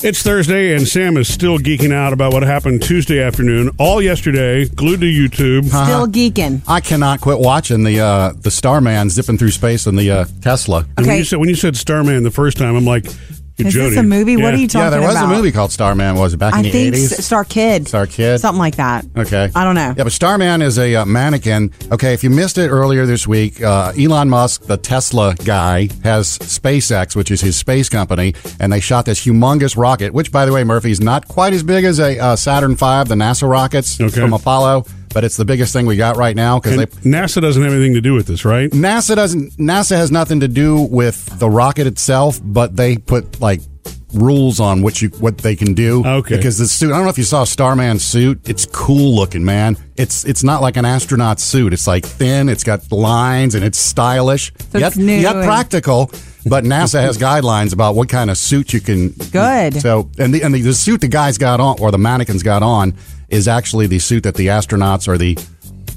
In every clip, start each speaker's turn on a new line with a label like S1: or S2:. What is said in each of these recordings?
S1: It's Thursday, and Sam is still geeking out about what happened Tuesday afternoon, all yesterday, glued to YouTube.
S2: Uh-huh.
S3: Still geeking.
S2: I cannot quit watching the uh, the Starman zipping through space in the uh, Tesla.
S1: And When
S3: Okay.
S1: you said when you said Starman the first time, I'm like,
S3: Is
S1: Jody.
S3: this a movie? What are
S1: Yeah.
S3: you
S2: Yeah,
S3: talking about?
S2: there was a movie called Starman. Was it back in
S3: I
S2: the
S3: think
S2: eighties?
S3: S- Star Kid.
S2: Star Kid?
S3: Something like that.
S2: Okay.
S3: I don't know.
S2: Yeah, but Starman is a uh, mannequin. Okay, if you missed it earlier this week, uh, Elon Musk, the Tesla guy, has SpaceX, which is his space company, and they shot this humongous rocket, which, by the way, Murphy, is not quite as big as a uh, Saturn V, the NASA rockets
S1: Okay.
S2: from Apollo, but it's the biggest thing we got right now because
S1: And
S2: they.
S1: NASA doesn't have anything to do with this, right?
S2: NASA doesn't. NASA has nothing to do with the rocket itself, but they put like rules on what you what they can do.
S1: Okay.
S2: Because the suit. I don't know if you saw Starman's suit. It's cool looking, man. It's it's not like an astronaut suit. It's like thin. It's got lines and it's stylish.
S3: So
S2: yet
S3: it's new
S2: yet
S3: and-
S2: practical. But NASA has guidelines about what kind of suit you can.
S3: Good.
S2: So and the and the, the suit the guys got on or the mannequins got on is actually the suit that the astronauts or the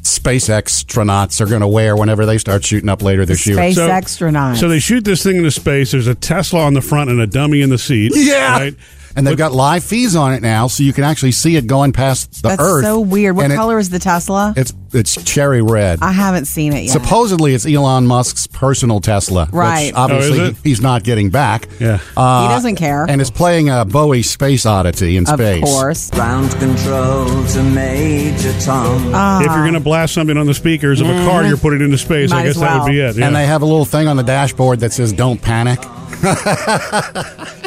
S2: SpaceX astronauts are going to wear whenever they start shooting up later this year.
S3: Space astronaut.
S1: So they shoot this thing into space. There's a Tesla on the front and a dummy in the seat.
S2: Yeah.
S1: Right?
S2: And they've got live feeds on it now, so you can actually see it going past the
S3: That's
S2: Earth.
S3: so weird. What
S2: And it-
S3: color is the Tesla?
S2: it's it's cherry red.
S3: I haven't seen it yet.
S2: Supposedly, it's Elon Musk's personal Tesla. which
S3: Right. Oh,
S1: is
S2: obviously,
S1: it?
S2: he's not getting back.
S1: Yeah.
S2: Uh,
S3: He doesn't care.
S2: And it's playing a Bowie space oddity in
S3: of
S2: space.
S3: course.
S4: Ground control to Major Tom.
S3: Ah.
S1: if you're going to blast something on the speakers of a car, you're putting into space. I
S3: Mm-hmm. Might
S1: guess
S3: as
S1: that
S3: well.
S1: would be it. Yeah.
S2: And they have a little thing on the dashboard that says "Don't panic."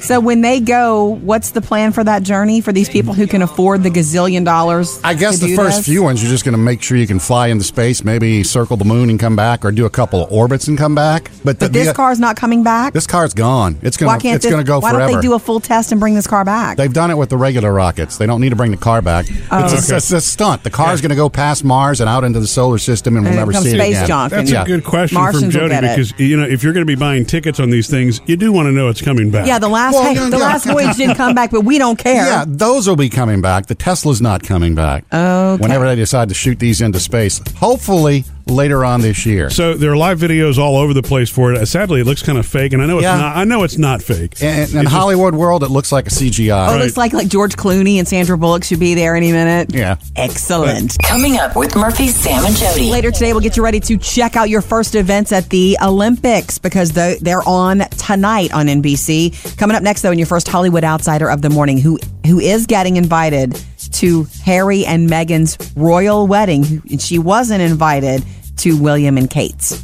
S3: So when they go, what's the plan for that journey for these people who can afford the gazillion dollars?
S2: I guess
S3: to
S2: the
S3: do
S2: first
S3: this?
S2: few ones you're just going to make sure you can fly into space, maybe circle the moon and come back, or do a couple of orbits and come back. But, the,
S3: But this
S2: the-
S3: car's not coming back.
S2: this car's gone. It's
S3: why
S2: going to
S3: can't
S2: it's
S3: this-
S2: going to go
S3: Why
S2: forever.
S3: don't they do a full test and bring this car back?
S2: They've done it with the regular rockets. They don't need to bring the car back.
S3: Oh,
S2: It's, a,
S1: Okay.
S2: it's a stunt. The car's going to go past Mars and out into the solar system, and we'll
S3: And it
S2: never
S3: becomes
S2: see
S3: space
S2: it again.
S3: junk.
S1: That's
S2: Yeah.
S1: a good question from
S3: Martians will
S1: Jody
S3: get it.
S1: because you know if you're going to be buying tickets on these things, you do want to know it's coming back.
S3: yeah, the last
S2: Well,
S3: hey,
S2: yeah,
S3: the
S2: yeah.
S3: last voyage didn't come back, but we don't care.
S2: Yeah, those will be coming back. The Tesla's not coming back.
S3: Okay.
S2: Whenever they decide to shoot these into space, hopefully later on this year.
S1: So there are live videos all over the place for it. Uh, Sadly, it looks kind of fake, and I know it's
S2: Yeah.
S1: not. I know it's not fake.
S2: in in
S1: It's just-
S2: Hollywood world, it looks like a CGI.
S3: Oh, it looks like like George Clooney and Sandra Bullock should be there any minute.
S2: Yeah.
S3: Excellent.
S5: Coming up with Murphy, Sam, and Jody.
S3: Later today, we'll get you ready to check out your first events at the Olympics because the- they're on tonight on NBC. Coming up next, though, in your first Hollywood outsider of the morning, who who is getting invited to Harry and Meghan's royal wedding, and she wasn't invited to William and Kate's.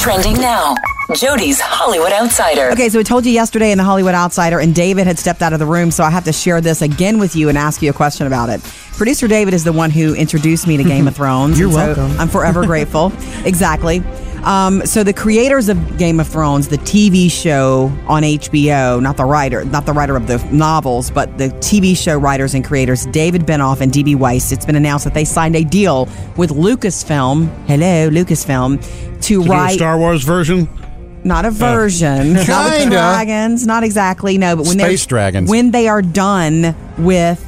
S5: Trending now. Jody's Hollywood Outsider.
S3: Okay, so I told you yesterday in the Hollywood Outsider, and David had stepped out of the room, so I have to share this again with you and ask you a question about it. Producer David is the one who introduced me to Game of Thrones. You're welcome. I'm forever grateful. exactly. Um, so the creators of Game of Thrones, the TV show on HBO, not the writer, not the writer of the novels, but the TV show writers and creators, David Benoff and DB Weiss. It's been announced that they signed a deal with Lucasfilm. Hello, Lucasfilm, to,
S1: To do a
S3: write
S1: Star Wars version.
S3: not a version, not with
S2: Kinda.
S3: dragons, not exactly. No, but when they're-
S2: Space dragons.
S3: when they are done with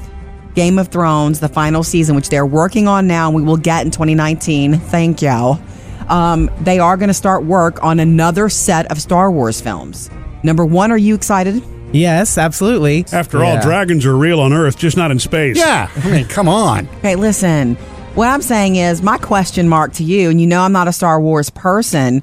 S3: Game of Thrones, the final season, which they're working on now, and we will get in 2019. Thank y'all. Um, they are going to start work on another set of Star Wars films. Number one, are you excited?
S6: Yes, absolutely.
S1: After all,
S6: Yeah.
S1: dragons are real on Earth, just not in space.
S2: yeah, I mean, come on.
S3: Okay, listen. What I'm saying is, my question mark to you, and you know I'm not a Star Wars person.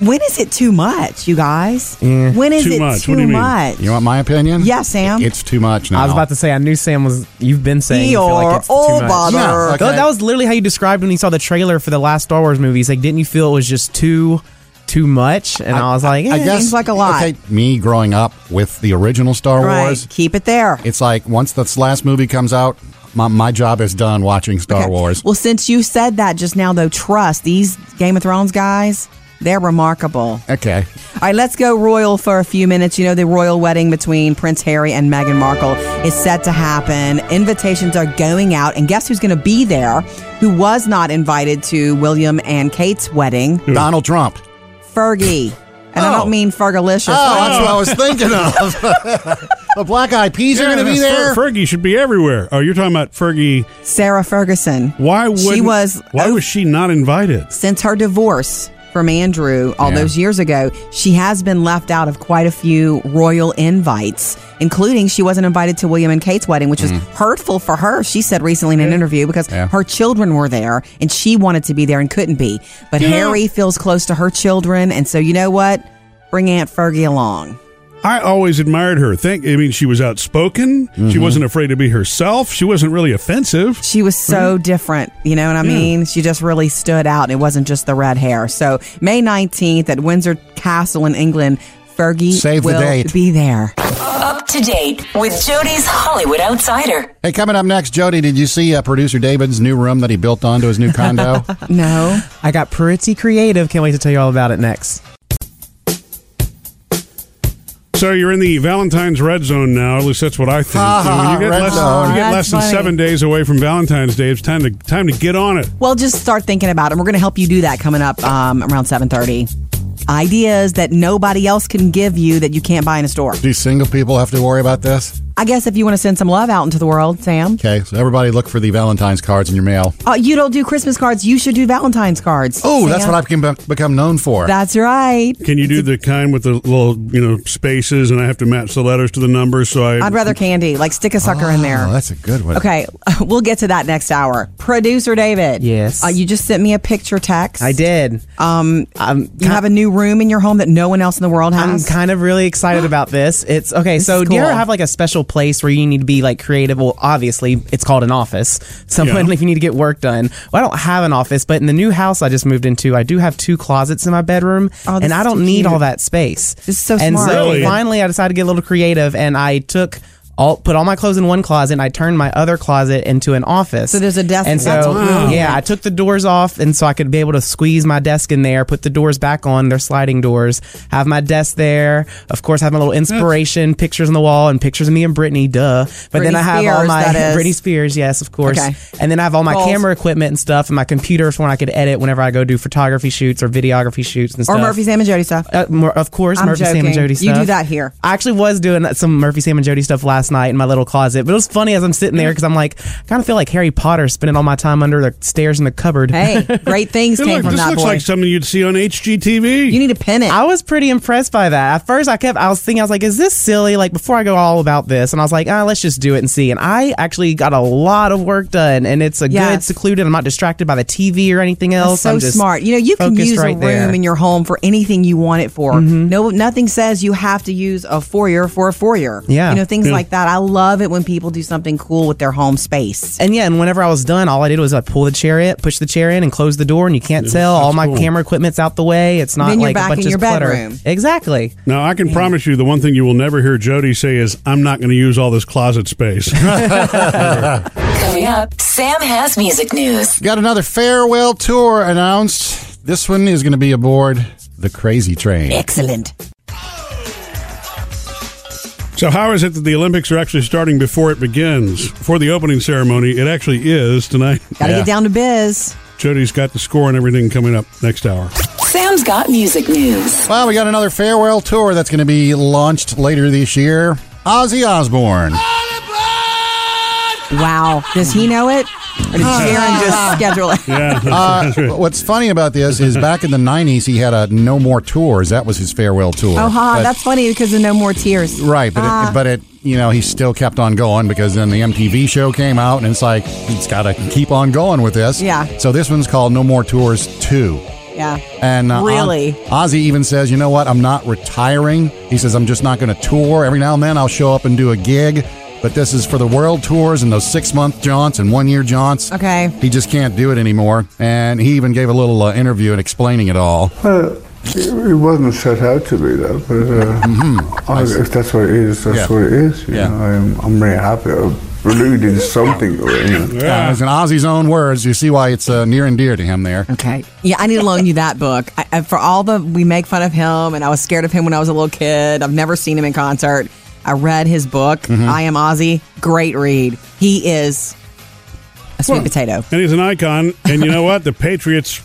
S3: When is it too much, you guys? When is
S1: Eh, Too
S3: it
S1: much.
S3: too
S1: What do you mean?
S3: much?
S2: You want my opinion?
S3: Yeah, Sam.
S2: It's too much now.
S6: I was about to say, I knew Sam was. You've been saying you feel like it's
S3: Eeyore,
S6: too
S3: oh,
S6: much.
S3: bother.
S2: Yeah, okay.
S6: Tho- That was literally how you described when you saw the trailer for the last Star Wars movie. It's like, didn't you feel it was just too, too much? And I, was like, eh.
S2: I guess
S3: seems like a lot.
S2: Okay, me growing up with the original Star Wars,
S3: Right. Keep it there.
S2: It's like once this last movie comes out, my, my job is done watching Star
S3: Okay.
S2: Wars.
S3: Well, since you said that just now, though, trust these Game of Thrones guys. They're remarkable.
S2: Okay.
S3: All right, let's go royal for a few minutes. You know, the royal wedding between Prince Harry and Meghan Markle is set to happen. Invitations are going out, and guess who's going to be there? Who was not invited to William and Kate's wedding?
S2: Donald Trump.
S3: Fergie. And I
S2: Oh.
S3: don't mean Fergalicious.
S2: Oh, that's what I was thinking of. the black eyed peas are going to be there.
S1: Fer- Fergie should be everywhere. Oh, you're talking about Fergie.
S3: Sarah Ferguson.
S1: Why would
S3: she was
S1: Why was she not invited?
S3: since her divorce from Andrew all
S2: Yeah.
S3: those years ago, she has been left out of quite a few royal invites, including she wasn't invited to William and Kate's wedding, which was hurtful for her. She said recently in an interview because
S2: Mm. Yeah.
S3: her children were there and she wanted to be there and couldn't be. But Harry feels close to her children, and so you know what? Bring Aunt Fergie along.
S1: I always admired her. Think I mean she was outspoken.
S2: Mm-hmm.
S1: She wasn't afraid to be herself. She wasn't really offensive.
S3: She was
S2: Mm-hmm.
S3: so different, you know what I mean? She just really stood out, and it wasn't just the red hair. So, May 19th at Windsor Castle in England, Fergie
S2: Save the
S3: will
S2: date.
S3: be there.
S5: Up to date with Jody's Hollywood Outsider.
S2: Hey, coming up next, Jody, did you see uh, producer David's new room that he built onto his new condo?
S3: No.
S6: I got pretty creative. Can't wait to tell you all about it next.
S1: So you're in the Valentine's red zone now. At least that's what I think.
S2: Ah,
S1: you get
S2: red
S1: less,
S2: zone.
S1: you get
S3: That's
S1: less than
S3: funny.
S1: seven days away from Valentine's Day. It's time to time to get on it.
S3: Well, just start thinking about it. We're going to help you do that coming up um, around 7.30. Ideas that nobody else can give you that you can't buy in a store.
S2: Do single people have to worry about this?
S3: I guess if you want to send some love out into the world, Sam.
S2: Okay, so everybody look for the Valentine's cards in your mail.
S3: Uh, you don't do Christmas cards. You should do Valentine's cards.
S2: Oh, that's
S3: Sam.
S2: what I've become- become known for.
S3: That's right.
S1: Can you do the kind with the little you know spaces, and I have to match the letters to the numbers? So I
S3: I'd rather candy. Like stick a sucker in there.
S2: Oh, that's a good one.
S3: Okay, we'll get to that next hour. Producer David.
S6: Yes.
S3: Uh, you just sent me a picture text.
S6: I did.
S3: Um,
S6: I'm
S3: you have a new room in your home that no one else in the world
S6: I'm
S3: has.
S6: kind of really excited about this. It's okay.
S3: This
S6: so,
S3: is
S6: do you ever
S3: cool.
S6: have like a special place where you need to be like creative? Well, obviously, it's called an office. Someone,
S1: Yeah.
S6: if you need to get work done. Well, I don't have an office, but in the new house I just moved into, I do have two closets in my bedroom,
S3: Oh, this
S6: and I
S3: is
S6: don't
S3: too
S6: need
S3: cute.
S6: all that space.
S3: This is so
S6: and
S3: smart.
S6: so
S1: Really?
S6: finally, I decided to get a little creative, and I took. All, put all my clothes in one closet and I turned my other closet into an office.
S3: So there's a desk-
S6: And so,
S3: that's brilliant.
S6: yeah, I took the doors off, and so I could be able to squeeze my desk in there, put the doors back on, they're sliding doors, have my desk there. Of course, have my little inspiration pictures on the wall and pictures of me and Brittany, duh. But then
S3: Britney
S6: I have all
S3: Spears,
S6: my
S3: that is.
S6: Britney Spears, yes, of course.
S3: Okay.
S6: And then I have all my
S3: Goals.
S6: camera equipment and stuff, and my computer for when I could edit whenever I go do photography shoots or videography shoots and
S3: or
S6: stuff.
S3: Murphy, Sam, and Jody stuff.
S6: Uh, more, of course,
S3: I'm
S6: Murphy Sam and
S3: joking.
S6: Jody
S3: You
S6: stuff.
S3: do that here.
S6: I actually was doing some Murphy Sam and Jody stuff last night in my little closet, but it was funny as I'm sitting there because I'm like, kind of feel like Harry Potter spending all my time under the stairs in the cupboard.
S3: hey, great things
S1: Hey,
S3: came
S1: look,
S3: from
S1: this
S3: that
S1: looks
S3: boy.
S1: like something you'd see on HGTV.
S3: you need to pin it.
S6: I was pretty impressed by that. At first, I kept, I was thinking, I was like, is this silly? Like, before I go all about this, and I was like, ah, let's just do it and see. And I actually got a lot of work done, and it's a good,
S3: Yes.
S6: secluded. I'm not distracted by the TV or anything else.
S3: That's so
S6: I'm just
S3: smart. You know, you can
S6: focused
S3: use a
S6: right
S3: room
S6: there. Mm-hmm.
S3: in your home for anything you want it for. No, nothing says you have to use a foyer for a foyer.
S6: Yeah.
S3: you know things
S1: Yeah.
S3: like that. I love it when people do something cool with their home space.
S6: And yeah, and whenever I was done, all I did was I pull the chair in, push the chair in, and close the door, and you can't tell. All my
S1: cool.
S6: camera equipment's out the way. It's not
S3: Then you're
S6: like
S3: back
S6: a bunch
S3: in
S6: of
S3: your
S6: clutter.
S3: bedroom.
S6: Exactly.
S1: Now, I can promise you the one thing you will never hear Jody say is, I'm not going to use all this closet space.
S5: Coming up, Sam has music news.
S2: Got another farewell tour announced. This one is going to be aboard the Crazy Train.
S3: Excellent.
S1: so, how is it that the Olympics are actually starting before it begins? Before the opening ceremony, it actually is tonight.
S3: Got to
S2: Yeah.
S3: get down to biz.
S1: Jody's got the score and everything coming up next hour.
S5: Sam's got music news.
S2: Well, we got another farewell tour that's going to be launched later this year. Ozzy Osbourne.
S3: Wow. Does he know it? Or did Sharon just schedule it?
S1: Yeah.
S2: Uh, what's funny about this is back in the 90s, he had a No More Tours. That was his farewell tour.
S3: Oh, ha,
S2: But-
S3: that's Ah. funny because of no more tears.
S2: Right, but it, but it you know he still kept on going because then the MTV show came out and it's like he's got to keep on going with this.
S3: Yeah.
S2: So this one's called No More Tours Two,
S3: Yeah.
S2: and uh,
S3: Really?
S2: Oz- Ozzy even says, you know what, I'm not retiring. He says I'm just not going to tour. Every now and then I'll show up and do a gig, but this is for the world tours and those six month jaunts and one year jaunts.
S3: Okay.
S2: He just can't do it anymore, and he even gave a little uh, interview and explaining it all.
S7: Well, it it wasn't set out to be that, but uh, I- if that's what it is, that's
S2: Mm-hmm. Yeah.
S7: what it is. You
S2: Yeah.
S7: know, I'm, I'm really happy. I've really did something. or, You know.
S2: Yeah, it's in Ozzy's own words. You see why it's uh, near and dear to him there.
S3: Okay. Yeah, I need to loan you that book. I, I, for all the we make fun of him, and I was scared of him when I was a little kid. I've never seen him in concert. I read his book. I am Ozzy. Great read. He is a sweet potato.
S1: and he's an icon. And you know what? The Patriots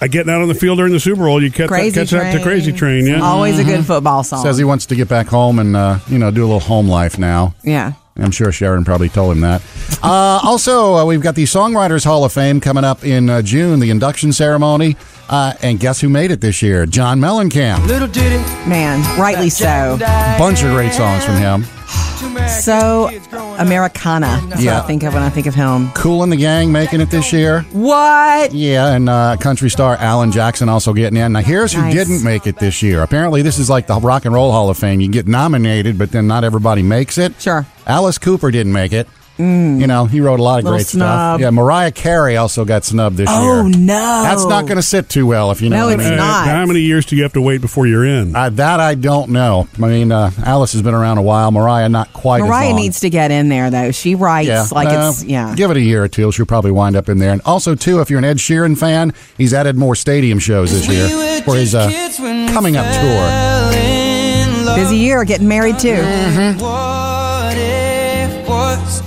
S1: are getting out on the field during the Super Bowl. You catch,
S3: Crazy
S1: catch up to
S3: Train.
S1: Crazy Train, yeah?
S3: Always a good football song.
S2: Says he wants to get back home and uh, you know do a little home life now.
S3: yeah.
S2: I'm sure Sharon probably told him that. Uh, also, uh, we've got the Songwriters Hall of Fame coming up in uh, June, the induction ceremony. Uh, and guess who made it this year? John Mellencamp.
S4: Little did it
S3: Man, rightly so.
S2: Bunch of great songs from him.
S3: So Americana. That's
S2: Yeah.
S3: what I think of when I think of him.
S2: Cool and the Gang making it this year.
S3: What?
S2: Yeah, and uh, country star Alan Jackson also getting in. Now, here's who
S3: Nice.
S2: didn't make it this year. Apparently, this is like the Rock and Roll Hall of Fame. You get nominated, but then not everybody makes it.
S3: Sure. Mm.
S2: Alice Cooper didn't make it. You know, he wrote a lot of
S3: Little
S2: great
S3: snub.
S2: stuff. Yeah, Mariah Carey also got snubbed this year.
S3: Oh no.
S2: That's not going to sit too well, if you know
S3: No,
S2: what I
S3: it's
S2: mean.
S3: not.
S1: Uh, how many years do you have to wait before you're in?
S2: Uh, that I don't know. I mean, uh, Alice has been around a while. Mariah, not quite as
S3: Mariah
S2: long.
S3: needs to get in there though. She writes like
S2: uh,
S3: it's yeah.
S2: Give it a year or two. She'll probably wind up in there. And also, too, if you're an Ed Sheeran fan, he's added more stadium shows this year for his uh, coming up tour.
S3: Busy year getting married too.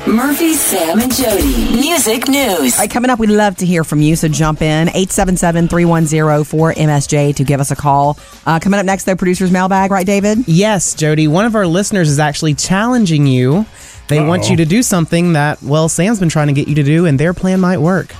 S5: Murphy, Sam, and Jody. Music news.
S3: All right, coming up, we'd love to hear from you, so jump in 877 310 4MSJ to give us a call. Uh, coming up next, though, producer's mailbag, right, David?
S6: Yes, Jody, one of our listeners is actually challenging you. They want you to do something that, well, Sam's been trying to get you to do, and their plan might work.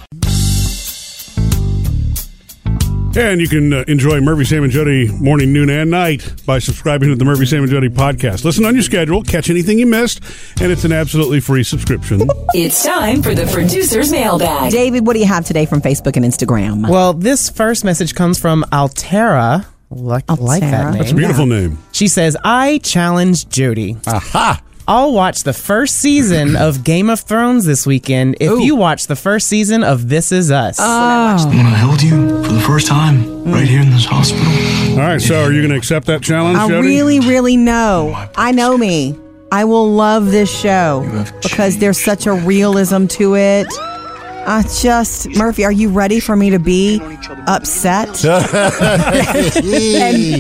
S1: And you can uh, enjoy Murphy, Sam, and Jody morning, noon, and night by subscribing to the Murphy, Sam, and Jody podcast. Listen on your schedule, catch anything you missed, and it's an absolutely free subscription.
S5: It's time for the producer's mailbag.
S3: David, what do you have today from Facebook and Instagram?
S6: Well, this first message comes from Altera. Like, like
S3: Altera.
S6: that name.
S3: That's
S1: Beautiful name.
S6: She says, I challenge Jody.
S2: Aha!
S6: I'll watch the first season of Game of Thrones this weekend if you watch the first season of This Is Us.
S3: Uh,
S8: When I held you for the first time, right here in this hospital.
S1: All right, so are you going to accept that challenge,
S3: I
S1: Jody?
S3: really, really know. I know me. I will love this show
S8: have
S3: because there's such a realism to it. I just, Murphy, are you ready for me to be upset and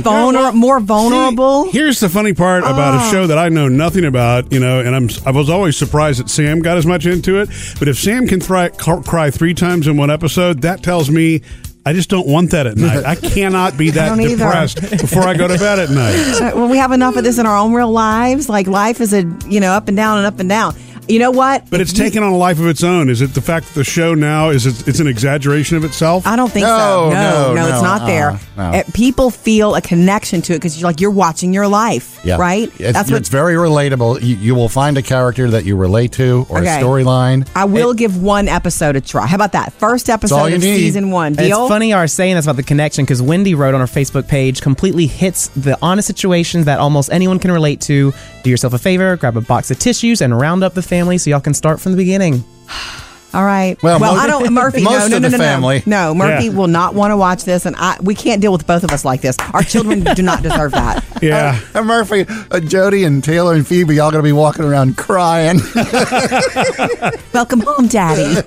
S3: vulner- more vulnerable?
S1: Here's the funny part
S3: Ah.
S1: about a show that I know nothing about, you know, and I'm I was always surprised that Sam got as much into it. But if Sam can thri- cr- cry three times in one episode, that tells me I just don't want that at night. I cannot be that
S3: don't either.
S1: depressed before I go to bed at night.
S3: Uh, when we have enough of this in our own real lives, like life is a you know up and down and up and down. You know what?
S1: But it's taken on a life of its own. Is it the fact that the show now is it, it's an exaggeration of itself?
S3: I don't think
S2: No,
S3: so.
S2: no,
S3: No, no,
S2: no,
S3: it's not there.
S2: uh-uh, no.
S3: Uh, people feel a connection to it because you're like you're watching your life,
S2: Yeah.
S3: right?
S2: It's,
S3: That's what
S2: it's very relatable. You, you will find a character that you relate to or
S3: Okay.
S2: a storyline.
S3: I will give one episode a try. How about that? First
S2: all
S3: episode
S2: you
S3: of
S2: need.
S3: season one.
S6: And
S3: Deal.
S6: It's funny you are saying that's about the connection because Wendy wrote on her Facebook page completely hits the honest situations that almost anyone can relate to. Do yourself a favor, grab a box of tissues, and round up the family so y'all can start from the beginning.
S3: All right.
S2: Well,
S3: Well,
S2: most-
S3: I don't. Murphy, no,
S2: most
S3: no,
S2: of
S3: no,
S2: the
S3: no,
S2: family.
S3: no. No, Murphy
S1: Yeah.
S3: will not want to watch this, and I we can't deal with both of us like this. Our children do not deserve that.
S1: yeah.
S2: Uh, Murphy, uh, Jody, and Taylor and Phoebe, y'all going to be walking around crying.
S3: Welcome home, Daddy.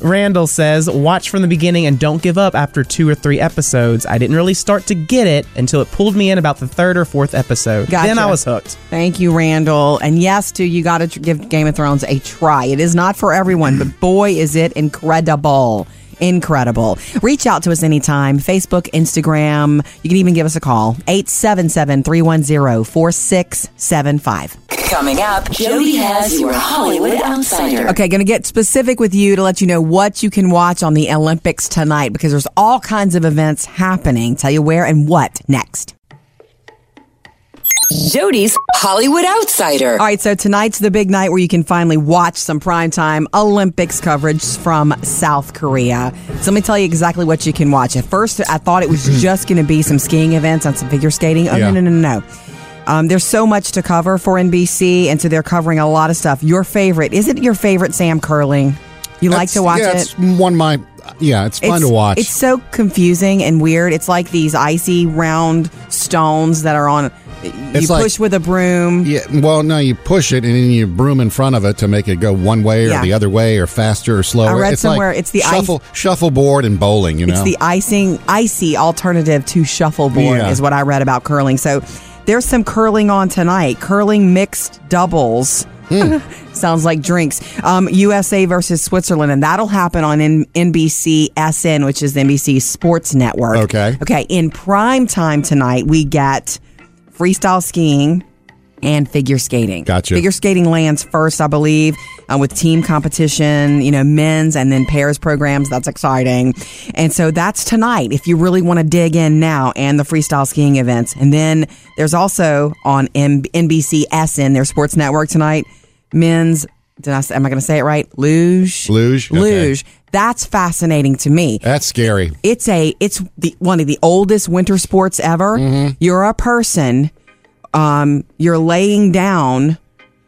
S6: Randall says, Watch from the beginning and don't give up after two or three episodes. I didn't really start to get it until it pulled me in about the third or fourth episode.
S3: Gotcha.
S6: Then I was hooked.
S3: Thank you, Randall. And yes, too, you got to tr- give Game of Thrones a try. It is not for everyone, but boy, is it incredible. Incredible. Reach out to us anytime Facebook, Instagram. You can even give us a call 877 310 4675.
S5: Coming up, Jody has your Hollywood Outsider.
S3: Okay, going to get specific with you to let you know what you can watch on the Olympics tonight because there's all kinds of events happening. Tell you where and what next.
S5: Jody's Hollywood Outsider.
S3: All right, so tonight's the big night where you can finally watch some primetime Olympics coverage from South Korea. So let me tell you exactly what you can watch. At first, I thought it was just going to be some skiing events and some figure skating. Oh,
S2: Yeah.
S3: no, no, no, no. Um, there's so much to cover for NBC, and so they're covering a lot of stuff. Your favorite, is it your favorite, Sam Curling? You like
S2: That's-
S3: to watch
S2: yeah,
S3: it?
S2: It's one of my, yeah, it's fun to watch.
S3: It's so confusing and weird. It's like these icy round stones that are on. You
S2: It's like-
S3: push with a broom.
S2: Yeah, well, no, you push it and then you broom in front of it to make it go one way or
S3: Yeah.
S2: the other way or faster or slower.
S3: I read
S2: it's like
S3: somewhere it's the ice-
S2: shuffle shuffleboard and bowling. You know,
S3: It's the icing, icy alternative to shuffleboard,
S2: Yeah.
S3: is what I read about curling. So there's some curling on tonight. Curling mixed doubles.
S2: Hmm.
S3: Sounds like drinks. Um, USA versus Switzerland, and that'll happen on N- NBC SN, which is NBC Sports Network.
S2: Okay.
S3: Okay. In prime time tonight, we get freestyle skiing and figure skating.
S2: Gotcha.
S3: Figure skating lands first, I believe. uh, with team competition, you know, men's and then pairs programs. That's exciting. And so that's tonight if you really want to dig in now and the freestyle skiing events. And then there's also on M- NBC SN, their sports network tonight, men's. Did I, say- am I going to say it right? Luge.
S2: Luge, okay.
S3: Luge. That's fascinating to me
S2: That's scary.
S3: it's a it's the one of the oldest winter sports ever.
S2: Mm-hmm.
S3: You're a person. Um, you're laying down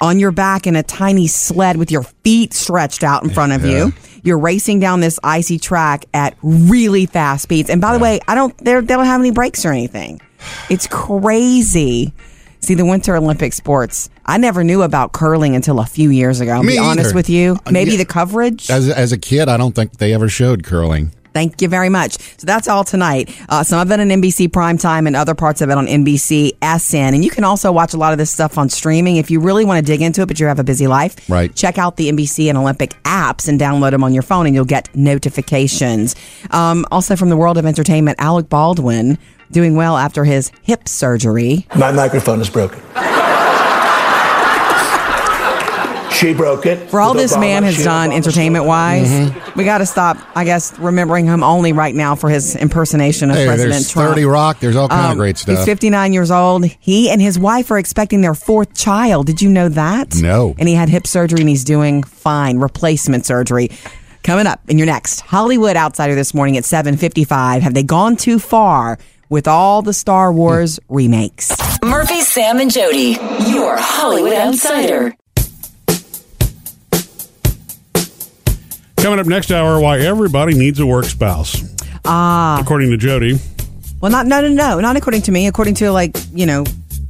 S3: on your back in a tiny sled with your feet stretched out in front of you. You're racing down this icy track at really fast speeds. And by the way, I don't they're- they don't have any brakes or anything. It's crazy. See the Winter Olympic sports. I never knew about curling until a few years ago. I'll
S2: Me
S3: be honest
S2: either.
S3: with you.
S2: Uh,
S3: Maybe
S2: yeah.
S3: the coverage.
S2: As, as a kid, I don't think they ever showed curling.
S3: Thank you very much. So that's all tonight. Uh, some of it on NBC primetime and other parts of it on NBC SN. And you can also watch a lot of this stuff on streaming if you really want to dig into it, but you have a busy life.
S2: Right.
S3: Check out the NBC and Olympic apps and download them on your phone, and you'll get notifications. Um, also, from the world of entertainment, Alec Baldwin doing well after his hip surgery.
S9: My microphone is broken. she broke it.
S3: For all
S9: with
S3: this
S9: Obama.
S3: man has
S9: She
S3: done
S9: Obama
S3: entertainment wise, we got to stop, I guess, remembering him only right now for his impersonation of
S2: Hey,
S3: President
S2: there's
S3: Trump.
S2: 30 Rock. There's all kind
S3: Um,
S2: of great
S3: He's
S2: stuff.
S3: 59 years old. He and his wife are expecting their fourth child. Did you know that?
S2: No.
S3: And he had hip surgery and he's doing fine. Replacement surgery. Coming up in your next Hollywood Outsider this morning at 7:55. Have they gone too far with all the Star Wars
S2: Hmm.
S3: remakes?
S5: Murphy, Sam, and Jody, your Hollywood Outsider.
S1: Coming up next hour, why everybody needs a work spouse. Ah. According to Jody.
S3: Well, not no no no, not according to me. According to like you know,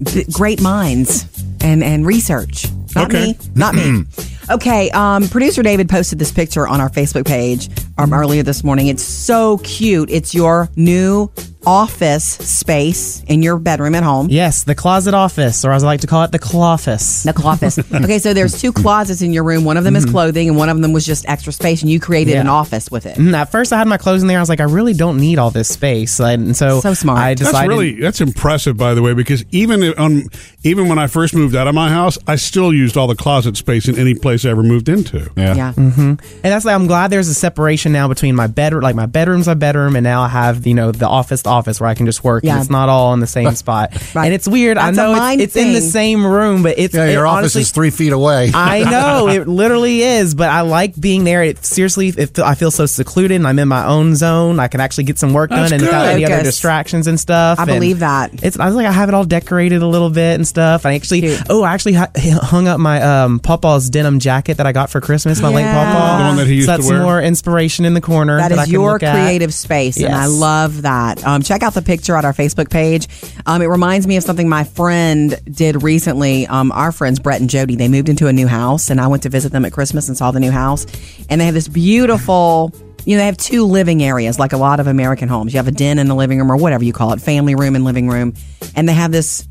S3: th- great minds and and research. Not
S1: Okay.
S3: me. Not me. okay. Um, producer David posted this picture on our Facebook page um, earlier this morning. It's so cute. It's your new office space in your bedroom at home.
S6: Yes, the closet office, or as I like to call it, the cloffice.
S3: The office. okay, so there's two closets in your room. One of them is clothing, and one of them was just extra space, and you created
S6: Yeah.
S3: an office with it.
S6: Mm, At first, I had my clothes in there. I was like, I really don't need all this space. And so,
S3: So smart.
S6: I
S3: That's
S6: decided.
S1: That's really that's impressive, by the way, because even i- on even when I first moved out of my house, I still used all the closet space in any place I ever moved into.
S3: Yeah.
S6: hmm. And that's like I'm glad there's a separation now between my bedroom, like my bedroom's my bedroom, and now I have you know the office to office where I can just work.
S3: Yeah.
S6: And it's not all in the same spot,
S3: Right.
S6: and it's weird.
S3: That's a
S6: I know
S3: mind
S6: it's, it's in the
S3: thing.
S6: same room, but it's
S2: yeah,
S6: it
S2: your office
S6: honestly,
S2: is three feet away.
S6: I know it literally is, but I like being there. It seriously, it, I feel so secluded. and I'm in my own zone. I can actually get some work
S1: That's
S6: done and without
S1: good.
S6: any other
S3: Focus.
S6: distractions and stuff.
S3: I
S6: and
S3: believe that.
S6: It's. I was like, I have it all decorated a little bit and stuff. I actually,
S3: Cute.
S6: oh, I actually hu- hung up my um Papa's denim jacket that I got for Christmas. My late
S3: Yeah.
S6: Papa,
S1: The one that he used
S6: so
S1: to
S6: that's
S1: wear?
S6: more inspiration in the corner.
S3: That is
S6: I can
S3: your
S6: look at.
S3: creative space, and I
S6: Yes.
S3: love that. Um, check out the picture on our Facebook page. Um, it reminds me of something my friend did recently. Um, our friends Brett and Jody they moved into a new house, and I went to visit them at Christmas and saw the new house, and they have this beautiful. You know, they have two living areas, like a lot of American homes. You have a den and a living room, or whatever you call it, family room and living room, and they have this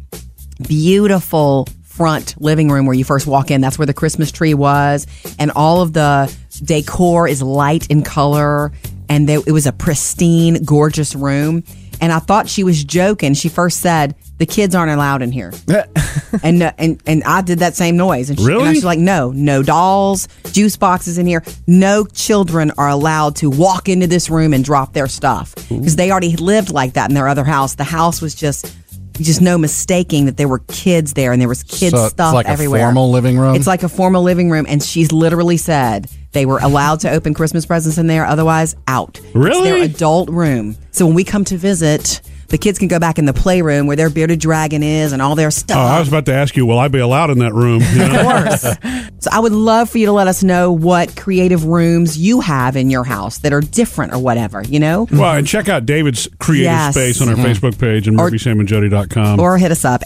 S3: beautiful front living room where you first walk in. That's where the Christmas tree was, and all of the decor is light in color. And they, it was a pristine, gorgeous room. And I thought she was joking. She first said, "The kids aren't allowed in here," and uh, and and I did that same noise. And she, and I-
S1: Really?
S3: she's like, "No, no dolls, juice boxes in here. No children are allowed to walk into this room and drop their stuff because they already lived like that in their other house. The house was just." Just no mistaking that there were kids there and there was kids
S2: So it's
S3: stuff
S2: like a
S3: everywhere.
S2: formal living room?
S3: It's like a formal living room, and she's literally said they were allowed to open Christmas presents in there, otherwise out.
S1: Really?
S3: It's their adult room. So when we come to visit, the kids can go back in the playroom where their bearded dragon is and all their stuff.
S1: Oh, I was about to ask you, will I be allowed in that room? You know?
S3: So I would love for you to let us know what creative rooms you have in your house that are different or whatever, you know?
S1: well, and check out David's creative
S3: Yes.
S1: space on our Facebook page and murphysamandjody.com.
S3: Or hit us up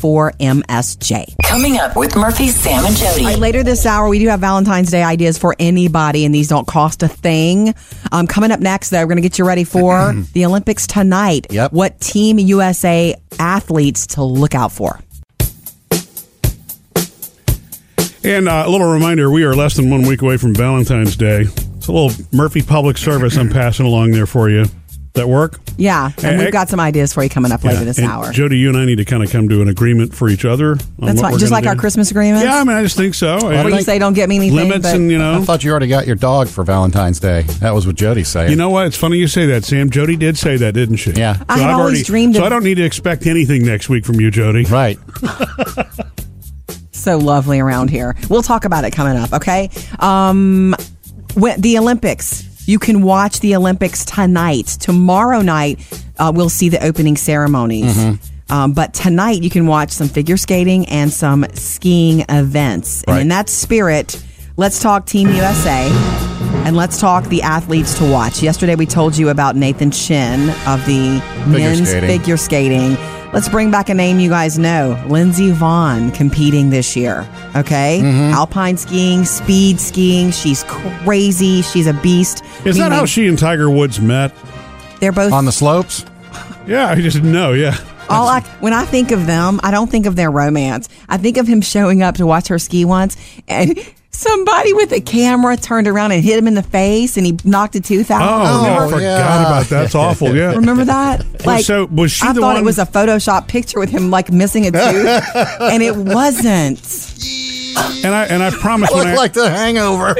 S3: 877-310-4MSJ.
S5: Coming up with Murphy, Sam, and
S3: All right,
S5: Jody.
S3: later this hour, we do have Valentine's Day ideas for anybody, and these don't cost a thing. Um, coming up next, though, we're going to get you ready for the Olympics tonight.
S2: Yep.
S3: What Team USA athletes to look out for.
S1: And uh, a little reminder, we are less than one week away from Valentine's Day. It's a little Murphy Public Service I'm passing along there for you. that work?
S3: Yeah, and
S1: Hey,
S3: we've
S1: hey.
S3: got some ideas for you coming up later
S1: Yeah.
S3: this
S1: And
S3: hour.
S1: Jody, you and I need to kind of come to an agreement for each other. On what
S3: That's fine.
S1: we're
S3: Just
S1: gonna
S3: like our
S1: do.
S3: Christmas agreements.
S1: Yeah, I mean, I just think so. I
S3: where you
S1: think
S3: say don't get me anything.
S1: limits
S3: but-
S1: and you
S2: I
S1: know.
S2: thought you already got your dog for Valentine's Day. That was what Jody said.
S1: You know what? It's funny you say that, Sam. Jody did say that, didn't she?
S2: Yeah.
S3: I had
S1: I've
S3: always
S1: already-
S3: dreamed
S1: So
S3: of-
S1: I don't need to expect anything next week from you, Jody.
S2: right.
S3: so lovely around here. We'll talk about it coming up, okay? Um when, the Olympics. You can watch the Olympics tonight. Tomorrow night, uh, we'll see the opening ceremonies.
S2: Mm-hmm.
S3: Um, but tonight, you can watch some figure skating and some skiing events. And in
S2: Right.
S3: that spirit, let's talk Team USA. And let's talk the athletes to watch. Yesterday we told you about Nathan Shin of the men's
S2: skating.
S3: figure skating. Let's bring back a name you guys know Lindsey Vaughn competing this year. Okay?
S1: Mm-hmm.
S3: Alpine skiing, speed skiing. She's crazy. She's a beast.
S1: Is that how
S3: Meaning
S1: she and Tiger Woods met?
S3: They're both
S2: On the slopes?
S1: Yeah, I just know. Yeah.
S3: all I, when I think of them, I don't think of their romance. I think of him showing up to watch her ski once and somebody with a camera turned around and hit him in the face and he knocked a tooth out.
S1: Oh, no, I
S2: Oh,
S1: forgot
S2: yeah.
S1: about that. That's awful. Yeah.
S3: Remember that?
S1: so, was she
S3: I
S1: the
S3: thought it
S1: one-
S3: was a Photoshop picture with him like missing a tooth, and it wasn't.
S1: And I and I promise when
S2: Looked
S1: I,
S2: like the hangover.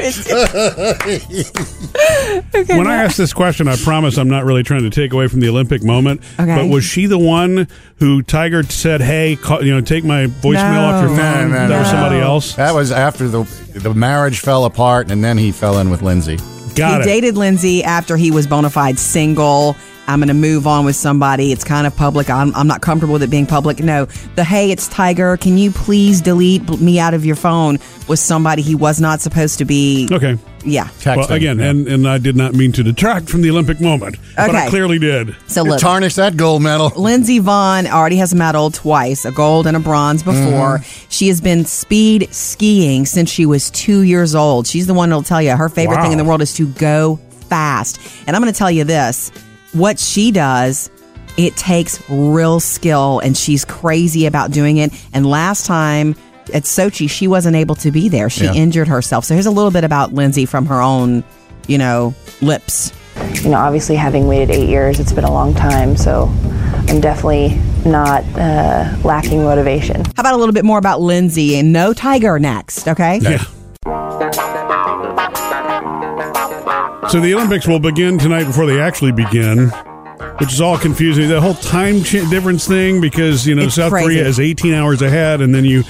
S1: when I ask this question, I promise I'm not really trying to take away from the Olympic moment.
S3: Okay.
S1: But was she the one who Tiger said, "Hey, call, you know, take my voicemail off
S3: No. Uh,
S1: your phone"?
S2: No, no,
S1: that was
S2: no.
S1: somebody else.
S2: That was after the the marriage fell apart, and then he fell in with Lindsay.
S1: Got
S3: he
S1: it.
S3: dated Lindsay after he was bona fide single. I'm going to move on with somebody. It's kind of public. I'm, I'm not comfortable with it being public. No, the hey, it's Tiger. Can you please delete me out of your phone? Was somebody he was not supposed to be.
S1: okay.
S3: Yeah.
S2: Texting.
S1: Well, again, and, and I did not mean to detract from the Olympic moment, but I
S3: Okay.
S1: clearly did.
S3: So
S2: You
S3: look.
S2: tarnished that gold medal.
S3: Lindsey Vaughn already has medaled twice, a gold and a bronze before. She has been speed skiing since she was two years old. She's the one that'll tell you her favorite
S1: Wow.
S3: thing in the world is to go fast. And I'm going to tell you this what she does. It takes real skill, and she's crazy about doing it. And last time at Sochi, she wasn't able to be there. She
S2: Yeah.
S3: injured herself. So here's a little bit about Lindsay from her own, you know, lips.
S10: You know, obviously, having waited eight years, it's been a long time, so I'm definitely not uh, lacking motivation.
S3: How about a little bit more about Lindsay and no tiger next, okay?
S1: Yeah. So the Olympics will begin tonight before they actually begin, which is all confusing. The whole time ch- difference thing, because you know
S3: It's
S1: South
S3: crazy.
S1: Korea is 18 hours ahead, and then you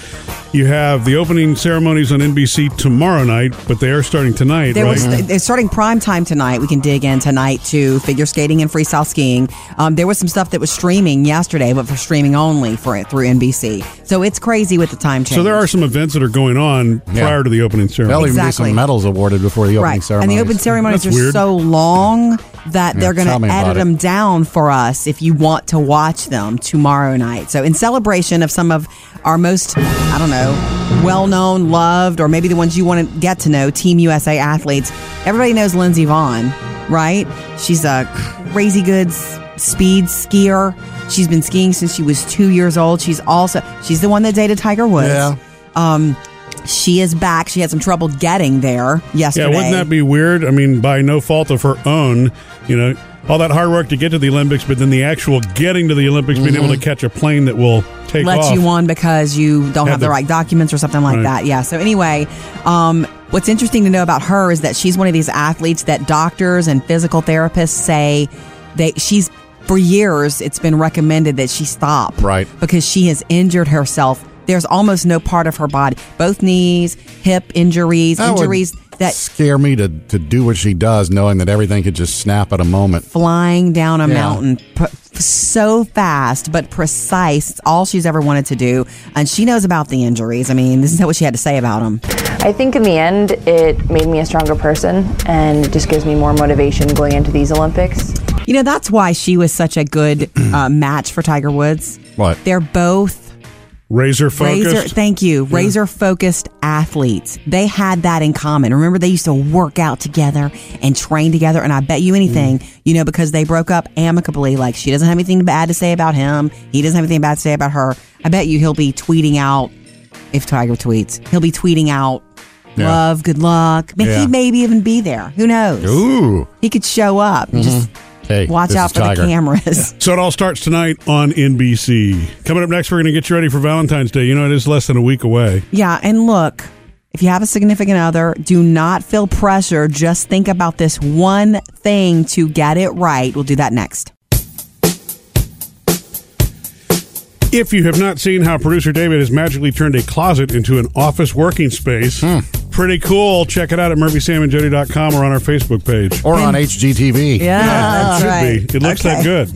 S1: you have the opening ceremonies on NBC tomorrow night, but they are starting tonight,
S3: There
S1: right?
S3: was they're starting prime time tonight. We can dig in tonight to figure skating and freestyle skiing. Um, there was some stuff that was streaming yesterday, but for streaming only for it through NBC. So it's crazy with the time change.
S1: so there are some events that are going on
S2: Yeah.
S1: prior to the opening
S2: There'll
S1: ceremony.
S2: even be
S3: Exactly.
S2: some medals awarded before the opening
S3: right,
S2: ceremony.
S3: and the open ceremonies
S1: That's
S3: are
S1: weird.
S3: so long that they're going
S2: tell
S3: to
S2: me
S3: edit
S2: about it.
S3: them down for us if you want to watch them tomorrow night. So in celebration of some of our most, I don't know, well-known, loved, or maybe the ones you want to get to know, Team USA athletes. Everybody knows Lindsey Vaughn, right? She's a crazy good s- speed skier. She's been skiing since she was two years old. She's also she's the one that dated Tiger Woods.
S2: Yeah.
S3: Um, she is back. She had some trouble getting there
S1: Yeah,
S3: yesterday.
S1: wouldn't that be weird? I mean, by no fault of her own, you know, all that hard work to get to the Olympics, but then the actual getting to the Olympics, being able to catch a plane that will take
S3: let
S1: off.
S3: you on because you don't
S1: Had
S3: have the,
S1: the-
S3: right documents or something like
S1: Right.
S3: that. Yeah. So anyway, um, what's interesting to know about her is that she's one of these athletes that doctors and physical therapists say they she's for years it's been recommended that she stop
S2: Right.
S3: because she has injured herself. There's almost no part of her body, both knees, hip injuries,
S2: That would
S3: injuries that
S2: scare me to, to do what she does, knowing that everything could just snap at a moment.
S3: flying down a
S2: Yeah.
S3: mountain p- so fast but precise. It's all she's ever wanted to do. And she knows about the injuries. I mean, this is what she had to say about them.
S10: I think in the end, it made me a stronger person and it just gives me more motivation going into these Olympics.
S3: You know, that's why she was such a good uh, match for Tiger Woods.
S2: What?
S3: They're both
S1: Razor focused.
S3: razor thank you razor focused athletes they had that in common remember they used to work out together and train together and i bet you anything
S2: Mm.
S3: you know because they broke up amicably like she doesn't have anything bad to say about him he doesn't have anything bad to say about her i bet you he'll be tweeting out if tiger tweets he'll be tweeting out
S2: Yeah.
S3: love good luck May-
S2: Yeah.
S3: he maybe even be there who knows
S2: Ooh,
S3: he could show up and just
S2: Hey,
S3: Watch
S2: Mm-hmm. this
S3: out
S2: is
S3: for
S2: Tiger.
S3: the cameras.
S1: So it all starts tonight on NBC. Coming up next, we're going to get you ready for Valentine's Day. You know, it is less than a week away.
S3: Yeah, and look, if you have a significant other, do not feel pressure. Just think about this one thing to get it right. We'll do that next.
S1: If you have not seen how producer David has magically turned a closet into an office working space, pretty cool. Check it out at murphysamandjody.com or on our Facebook page.
S2: Or on HGTV.
S1: it should be. It looks that good.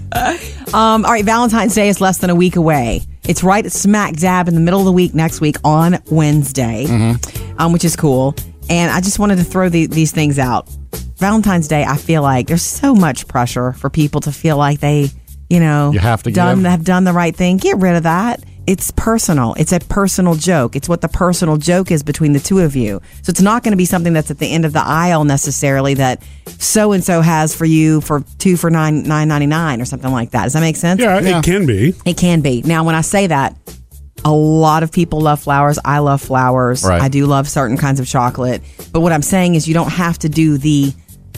S3: Um, all right, Valentine's Day is less than a week away. It's right smack dab in the middle of the week next week on Wednesday,
S2: Mm-hmm.
S3: um, which is cool. And I just wanted to throw the, these things out. Valentine's Day, I feel like there's so much pressure for people to feel like they, you know,
S2: You have to
S3: done,
S2: give.
S3: have done the right thing. Get rid of that. It's personal. It's a personal joke. It's what the personal joke is between the two of you. So it's not going to be something that's at the end of the aisle necessarily that so and so has for you for two for nine nine ninety nine or something like that. Does that make sense?
S1: Yeah,
S2: Yeah.
S1: it can be.
S3: It can be. Now, when I say that, a lot of people love flowers. I love flowers.
S2: Right.
S3: I do love certain kinds of chocolate. But what I'm saying is, you don't have to do the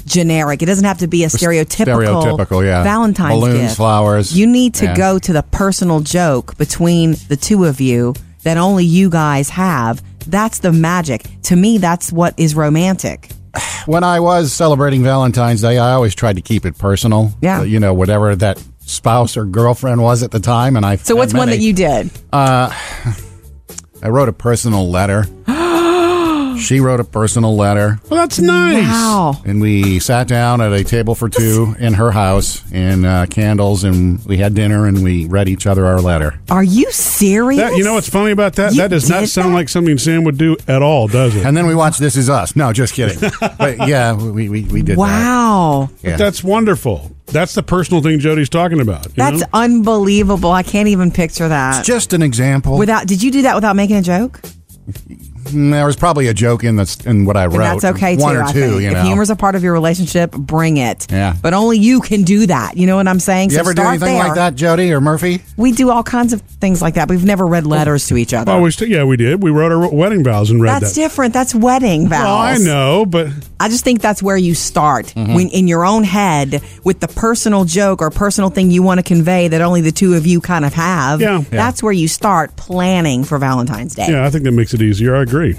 S3: generic. It doesn't have to be a stereotypical,
S2: stereotypical, yeah.
S3: Valentine's
S2: Balloons,
S3: gift.
S2: flowers,
S3: You need to
S2: yeah.
S3: go to the personal joke between the two of you that only you guys have. That's the magic. To me, that's what is romantic.
S2: when I was celebrating Valentine's Day, I always tried to keep it personal.
S3: Yeah.
S2: Uh, you know, whatever that spouse or girlfriend was at the time, and I.
S3: So, what's one that you did?
S2: I wrote a personal letter. she wrote a personal letter,
S1: Well, that's nice.
S3: Wow.
S2: and we sat down at a table for two in her house, and uh, candles, and we had dinner, and we read each other our letter.
S3: Are you serious?
S1: That, you know what's funny about that?
S3: You
S1: that does
S3: did
S1: not sound
S3: that?
S1: like something Sam would do at all, does it?
S2: And then we watched This Is Us. No, just kidding. but yeah, we, we, we did that.
S3: Wow.
S2: Yeah.
S1: That's wonderful. That's the personal thing Jody's talking about. you
S3: That's
S1: know?
S2: Mm-hmm.
S3: unbelievable. I can't even picture that.
S2: just an example.
S3: Without did you do that without making a joke?
S2: Mm, there was probably a joke in the, in what I wrote.
S3: And that's okay too.
S2: One or
S3: I
S2: two,
S3: think.
S2: you know.
S3: If humor's a part of your relationship, bring it.
S2: Yeah.
S3: But only you can do that. You know what I'm saying?
S2: you
S3: so
S2: ever do
S3: start
S2: anything
S3: there.
S2: like that, Jody or Murphy?
S3: We do all kinds of things like that. We've never read letters to each other.
S1: Well, we st- yeah, we did. We wrote our wedding vows and read
S3: that's
S1: that.
S3: different. That's wedding vows.
S1: Well, I know, but
S3: I just think that's where you start
S2: Mm-hmm.
S3: when in your own head with the personal joke or personal thing you want to convey that only the two of you kind of have.
S1: Yeah. Yeah.
S3: That's where you start planning for Valentine's Day.
S1: yeah, I think that makes it easier. I agree.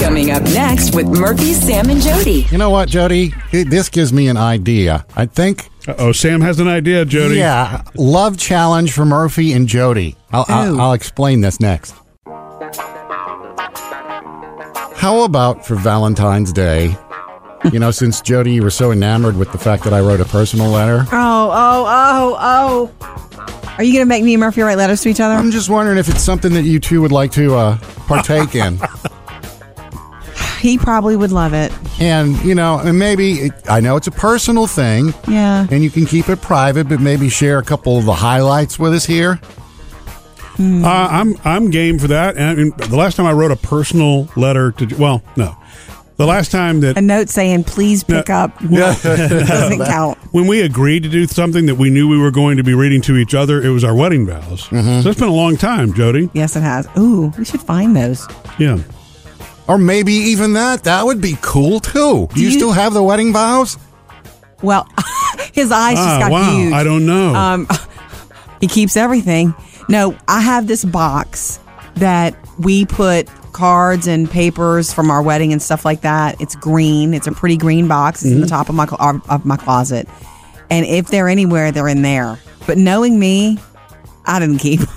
S5: Coming up next with Murphy, Sam, and Jody.
S2: You know what, Jody? It- This gives me an idea. I think,
S1: Oh, Sam has an idea, Jody.
S2: yeah, love challenge for Murphy and Jody. I'll, I'll,
S3: Ooh.
S2: I'll explain this next. How about for Valentine's Day? You know, since Jody, you were so enamored with the fact that I wrote a personal letter,
S3: Oh, oh, oh, oh. Are you going to make me and Murphy write letters to each other?
S2: I'm just wondering if it's something that you two would like to uh, partake in.
S3: He probably would love it.
S2: And, you know, and maybe, it, I know it's a personal thing,
S3: Yeah.
S2: and you can keep it private, but maybe share a couple of the highlights with us here.
S1: Uh, I'm I'm game for that. And I mean, the last time I wrote a personal letter to, well, no, the last time that
S3: A note saying, please pick up. doesn't count.
S1: when we agreed to do something that we knew we were going to be reading to each other, it was our wedding vows. So it's been a long time, Jody.
S3: Yes, it has. Ooh, we should find those.
S1: Yeah.
S2: Or maybe even that. That would be cool too. Do, you,
S3: you-
S2: still have the wedding vows?
S3: Well, his eyes
S1: Ah,
S3: just got
S1: wow.
S3: huge.
S1: I don't know.
S3: Um, he keeps everything. No, I have this box that we put cards and papers from our wedding and stuff like that. It's green. It's a pretty green box. It's in the
S1: Mm-hmm.
S3: top of my cl- of my closet. And if they're anywhere, they're in there. But knowing me, I didn't keep. 'em.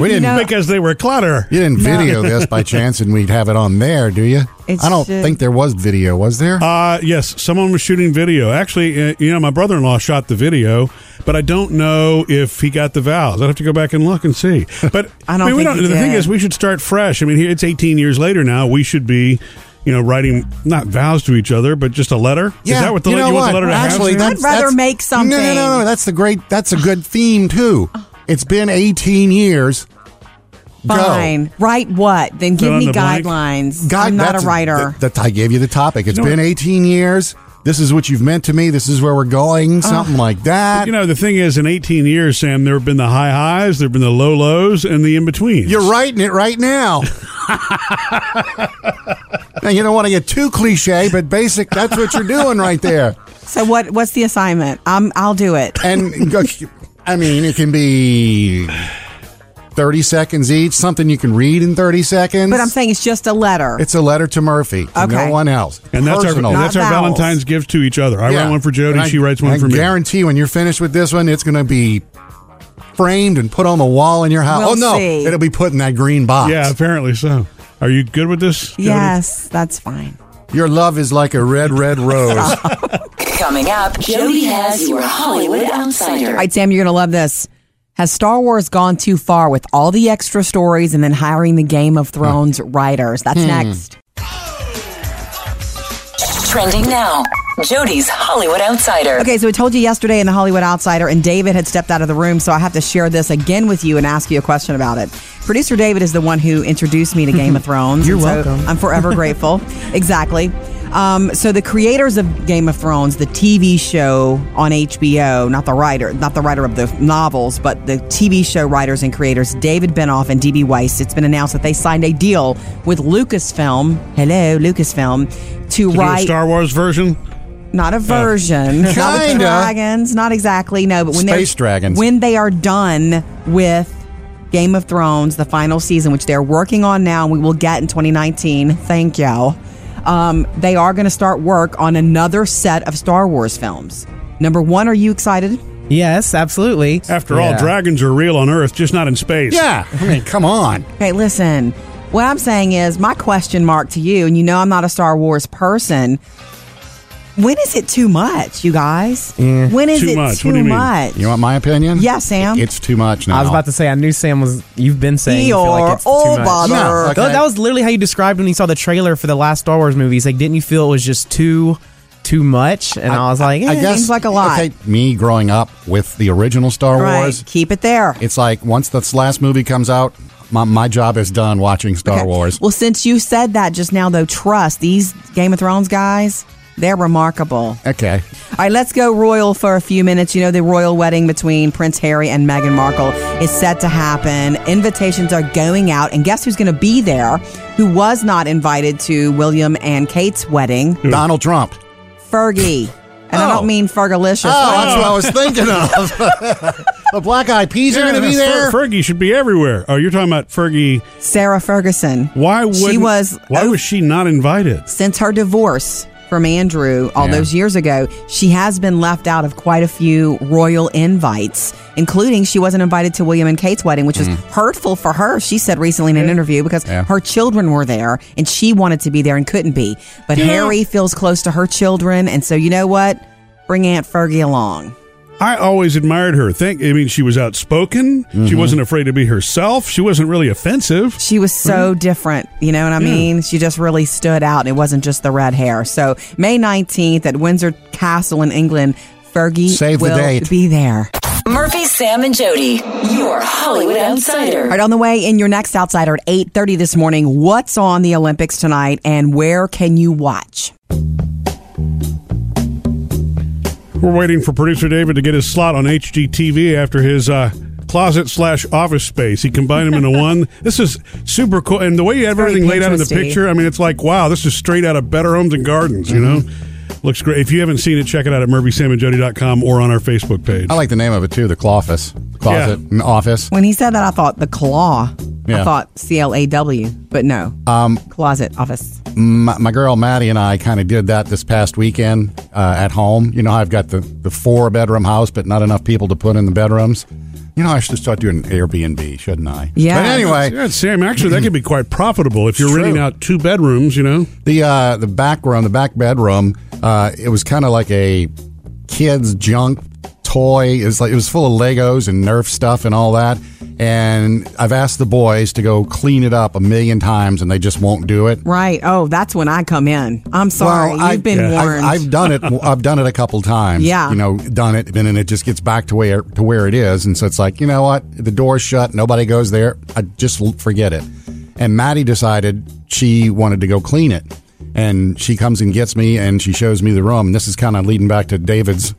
S2: We didn't.
S3: know-
S1: because they were clutter.
S2: you didn't video this by chance, and we'd have it on there, do you?
S3: It's
S2: I don't
S3: just-
S2: think there was video, was there?
S1: Uh, yes, someone was shooting video. Actually, uh, you know, my brother in law shot the video, but I don't know if he got the vows. I'd have to go back and look and see. But
S3: I don't
S1: mean, we
S3: think he
S1: the thing
S3: did.
S1: is, we should start fresh. I mean, here- it's 18 years later now. We should be, you know, writing not vows to each other, but just a letter. is that what the
S2: you
S1: letter
S2: know
S1: you want
S2: what?
S1: the letter to have?
S2: Actually,
S1: Sam?
S2: that's-
S3: I'd rather
S2: that's-
S3: make
S2: No, no,
S3: something.
S2: no, no. That's the great. That's a good theme too. It's been 18 years. Go.
S3: Fine. Write what? Then give
S1: Fill in
S3: me
S1: the blank.
S3: guidelines.
S2: God,
S3: I'm not a
S2: that's-
S3: writer.
S2: That, that- I gave you the topic. It's
S1: You know
S2: been 18 years. This is what you've meant to me. This is where we're going. Something like that.
S1: you know, the thing is, in 18 years, Sam, there have been the high highs, there have been the low lows, and the in betweens.
S2: You're writing it right now. now you don't want to get too cliche, but basic, that's what you're doing right there.
S3: So what? What's the assignment? Um, I'll do it.
S2: And I mean, it can be 30 seconds each, something you can read in 30 seconds.
S3: But I'm saying it's just a letter.
S2: it's a letter to Murphy, to
S3: Okay.
S2: no one else.
S1: And that's
S2: Personal.
S1: our and that's
S3: Not
S1: our
S3: vowels.
S1: Valentine's gives to each other. I
S2: Yeah.
S1: write one for Jody,
S2: And I-
S1: she writes one
S2: I
S1: for me.
S2: guarantee when you're finished with this one, it's going to be framed and put on the wall in your house.
S3: We'll
S2: oh no,
S3: see.
S2: it'll be put in that green box.
S1: Yeah, apparently so. Are you good with this? Jody?
S3: yes, that's fine.
S2: Your love is like a red, red rose.
S5: Coming up, Jody has your Hollywood Outsider.
S3: All right, Sam, you're going to love this. Has Star Wars gone too far with all the extra stories and then hiring the Game of Thrones writers? That's next.
S5: Trending now, Jody's Hollywood Outsider.
S3: Okay, so I told you yesterday in the Hollywood Outsider, and David had stepped out of the room, so I have to share this again with you and ask you a question about it. Producer David is the one who introduced me to Game of Thrones.
S6: You're
S3: and so
S6: welcome.
S3: I'm forever grateful. Exactly. Um, so the creators of Game of Thrones, the TV show on HBO, not the writer, not the writer of the novels, but the TV show writers and creators, David Benoff and DB Weiss, it's been announced that they signed a deal with Lucasfilm. Hello, Lucasfilm, to,
S1: To do a
S3: write
S1: Star Wars version?
S3: not a version, not with
S2: Kinda.
S3: dragons, not exactly. No, but when they're-
S2: Space dragons.
S3: when they are done with Game of Thrones, the final season, which they're working on now, and we will get in 2019. Thank y'all. Um, they are going to start work on another set of Star Wars films. Number one, are you excited?
S6: Yes, absolutely.
S1: After all,
S6: Yeah.
S1: dragons are real on Earth, just not in space.
S2: yeah, I mean, come on.
S3: Okay, listen. What I'm saying is, my question mark to you, and you know I'm not a Star Wars person. When is it too much, you guys? When is
S1: Eh, Too
S3: it
S1: much.
S3: too
S1: What do you mean?
S3: much?
S2: You want my opinion?
S3: Yeah, Sam.
S2: It's too much now.
S6: I was about to say, I knew Sam was. You've been saying you feel like
S3: Eeyore,
S6: it's
S3: oh,
S6: too much.
S3: bother.
S2: Yeah, okay.
S6: That, that was literally how you described when you saw the trailer for the last Star Wars movies. Like, didn't you feel it was just too, too much? And I, was like,
S2: I
S6: eh.
S2: guess
S3: seems like a lot.
S2: Okay, me growing up with the original Star Wars,
S3: Right. Keep it there.
S2: it's like once this last movie comes out, my, my job is done watching Star
S3: Okay.
S2: Wars.
S3: Well, since you said that just now, though, trust these Game of Thrones guys. They're remarkable.
S2: Okay,
S3: All right, let's go royal for a few minutes. You know, the royal wedding between Prince Harry and Meghan Markle is set to happen. Invitations are going out, and guess who's going to be there? Who was not invited to William and Kate's wedding?
S2: Donald Trump.
S3: Fergie. And I
S2: Oh.
S3: don't mean Fergalicious.
S2: Oh, that's what I was thinking of. the black eyed peas are going to be there.
S1: Fer- Fergie should be everywhere. Oh, you're talking about Fergie.
S3: Sarah Ferguson.
S1: Why would
S3: she was
S1: Why was she not invited?
S3: since her divorce from Andrew all
S2: Yeah.
S3: those years ago, she has been left out of quite a few royal invites, including she wasn't invited to William and Kate's wedding, which was hurtful for her. She said recently in an interview because
S2: Mm. Yeah.
S3: her children were there and she wanted to be there and couldn't be. But Harry feels close to her children, and so you know what? Bring Aunt Fergie along.
S1: I always admired her. Think I mean, she was outspoken. She wasn't afraid to be herself. She wasn't really offensive.
S3: She was so
S2: Mm-hmm.
S3: different, you know what I mean? She just really stood out, and it wasn't just the red hair. So, May 19th at Windsor Castle in England, Fergie
S2: Save the
S3: will
S2: date.
S3: be there.
S5: Murphy, Sam, and Jody, your Hollywood Outsider.
S3: All right, on the way in your next outsider at 8:30 this morning, what's on the Olympics tonight and where can you watch?
S1: We're waiting for producer David to get his slot on HGTV after his uh, closet slash office space. He combined them into one. This is super cool, and the way you have
S3: very
S1: everything laid out in the
S3: Pinteresty.
S1: picture, I mean, it's like wow, this is straight out of Better Homes and Gardens. You know, looks great. If you haven't seen it, check it out at MurphySamandJody.com or on our Facebook page.
S2: I like the name of it too, the Clawfus. Closet
S1: Yeah.
S2: and office.
S3: When he said that I thought the claw. I
S2: Yeah.
S3: thought C L A W, but no. Um closet office.
S2: My, my girl Maddie and I kind of did that this past weekend uh, at home. You know, I've got the, the four bedroom house, but not enough people to put in the bedrooms. You know, I should start doing Airbnb, shouldn't I?
S3: Yeah.
S2: But anyway,
S1: Yeah, Sam. Actually, that could be quite profitable if you're
S2: True.
S1: renting out two bedrooms. You know,
S2: the uh, the back room, the back bedroom, uh, it was kind of like a kids junk toy. It was like it was full of Legos and Nerf stuff and all that. And I've asked the boys to go clean it up a million times, and they just won't do it.
S3: Right. Oh, that's when I come in. I'm sorry. You've
S2: I-
S3: been
S2: I've-
S3: warned.
S2: I've, done it. I've done it a couple times.
S3: Yeah.
S2: you know, done it, and then it just gets back to where to where it is, and so it's like, you know what? The door's shut. Nobody goes there. I just l- forget it. And Maddie decided she wanted to go clean it, and she comes and gets me, and she shows me the room. And this is kind of leading back to David's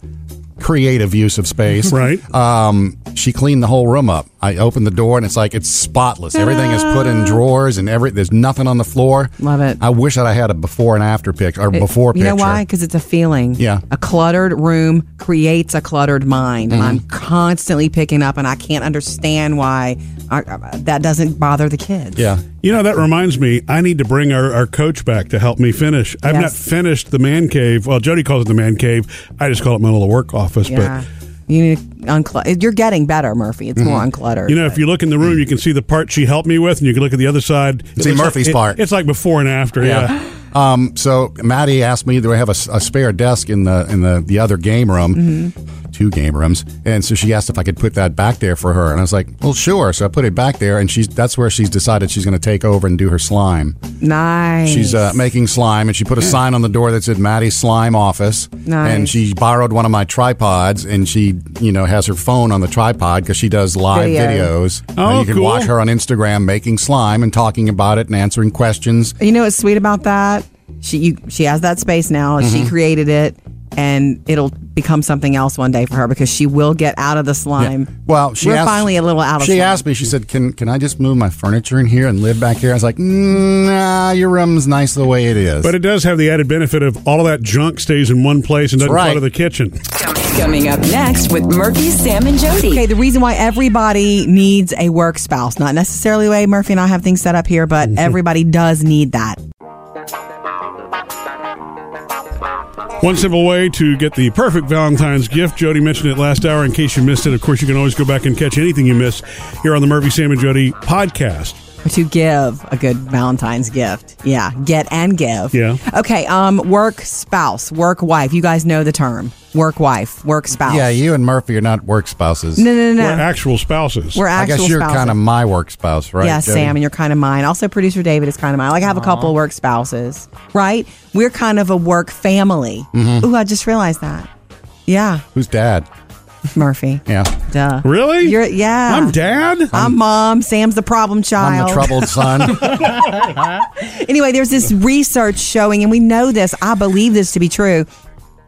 S2: creative use of space.
S1: right?
S2: Um, she cleaned the whole room up. I open the door and it's like it's spotless. Everything is put in drawers and every there's nothing on the floor.
S3: Ah. Love it.
S2: I wish that I had a before and after picture or
S3: It-
S2: before
S3: You
S2: picture.
S3: know why? Because it's a feeling.
S2: Yeah.
S3: A cluttered room creates a cluttered mind.
S2: Mm-hmm.
S3: And I'm constantly picking up, and I can't understand why I, I- that doesn't bother the kids.
S2: Yeah.
S1: You know, that reminds me, I need to bring our, our coach back to help me finish. I've not
S3: Yes.
S1: finished the man cave. Well, Jody calls it the man cave. I just call it my little work office.
S3: Yeah. You need to unclutter. You're getting better, Murphy. It's
S2: Mm-hmm.
S3: more uncluttered.
S1: But, you know, if you look in the room, you can see the part she helped me with, and you can look at the other side. It
S2: See
S1: looks
S2: Murphy's
S1: like, it-
S2: part.
S1: it's like before and after. Yeah.
S2: Um, so Maddie asked me, do I have a, s- a spare desk in the in the, the other game room?
S3: Mm-hmm.
S2: Two game rooms. And so she asked if I could put that back there for her. And I was like, well, sure. So I put it back there. And she's that's where she's decided she's going to take over and do her slime.
S3: nice.
S2: She's uh, making slime, and she put a sign on the door that said Maddie's Slime Office.
S3: Nice.
S2: And she borrowed one of my tripods, and she, you know, has her phone on the tripod because she does live
S3: Video.
S2: videos.
S1: Oh,
S2: and you can
S1: cool.
S2: watch her on Instagram making slime and talking about it and answering questions.
S3: You know what's sweet about that? She you, she has that space now.
S2: Mm-hmm.
S3: She created it, and it'll become something else one day for her because she will get out of the slime.
S2: Well, she
S3: we're
S2: asked,
S3: finally a little out of.
S2: She
S3: slime.
S2: asked me. She said, "Can can I just move my furniture in here and live back here?" I was like, "Nah, your room's nice the way it is."
S1: But it does have the added benefit of all of that junk stays in one place and doesn't
S2: That's right.
S1: clutter the kitchen.
S5: Coming up next with Murphy, Sam, and
S3: Okay,
S5: Jody.
S3: the reason why everybody needs a work spouse, not necessarily the way Murphy and I have things set up here, but everybody does need that.
S1: One simple way to get the perfect Valentine's gift. Jody mentioned it last hour. In case you missed it, of course, you can always go back and catch anything you missed here on the Murphy, Sam, and Jody podcast.
S3: To give a good Valentine's gift. Yeah, get and give.
S1: Yeah.
S3: Okay, um, work spouse, work wife. You guys know the term work wife, work spouse.
S2: yeah, you and Murphy are not work spouses.
S3: No, no, no,
S1: We're
S3: no.
S1: actual spouses.
S3: We're
S2: I
S3: actual
S2: guess you're
S3: spouses.
S2: kind of my work spouse, right?
S3: Yeah,
S2: Jody?
S3: Sam, and you're kind of mine. Also, producer David is kind of mine. Like, I have a couple of work spouses, right? We're kind of a work family.
S2: Mm-hmm.
S3: Ooh, I just realized that. Yeah,
S2: Who's dad?
S3: Murphy.
S2: Yeah.
S3: Duh.
S1: really?
S3: You're, yeah.
S1: I'm dad.
S3: I'm mom. Sam's the problem child.
S2: I'm the troubled son.
S3: Anyway, there's this research showing, and we know this. I believe this to be true.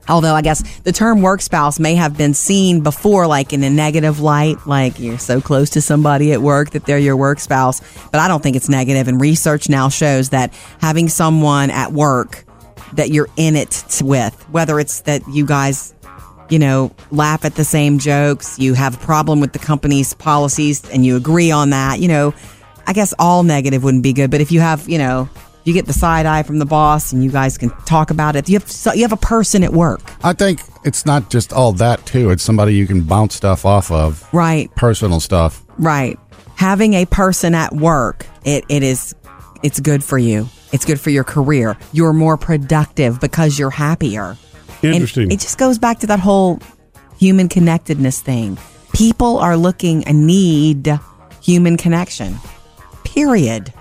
S3: Although I guess the term work spouse may have been seen before, like in a negative light, like you're so close to somebody at work that they're your work spouse. But I don't think it's negative. And research now shows that having someone at work that you're in it t- with, whether it's that you guys you know, laugh at the same jokes, you have a problem with the company's policies and you agree on that, you know, I guess all negative wouldn't be good, but if you have, you know, you get the side eye from the boss and you guys can talk about it. You have so you have a person at work,
S2: I think it's not just all that too. It's somebody you can bounce stuff off of,
S3: right?
S2: personal stuff.
S3: Right. Having a person at work, it, it is it's good for you. It's good for your career. You're more productive because you're happier. And
S1: Interesting.
S3: it just goes back to that whole human connectedness thing. People are looking and need human connection. Period.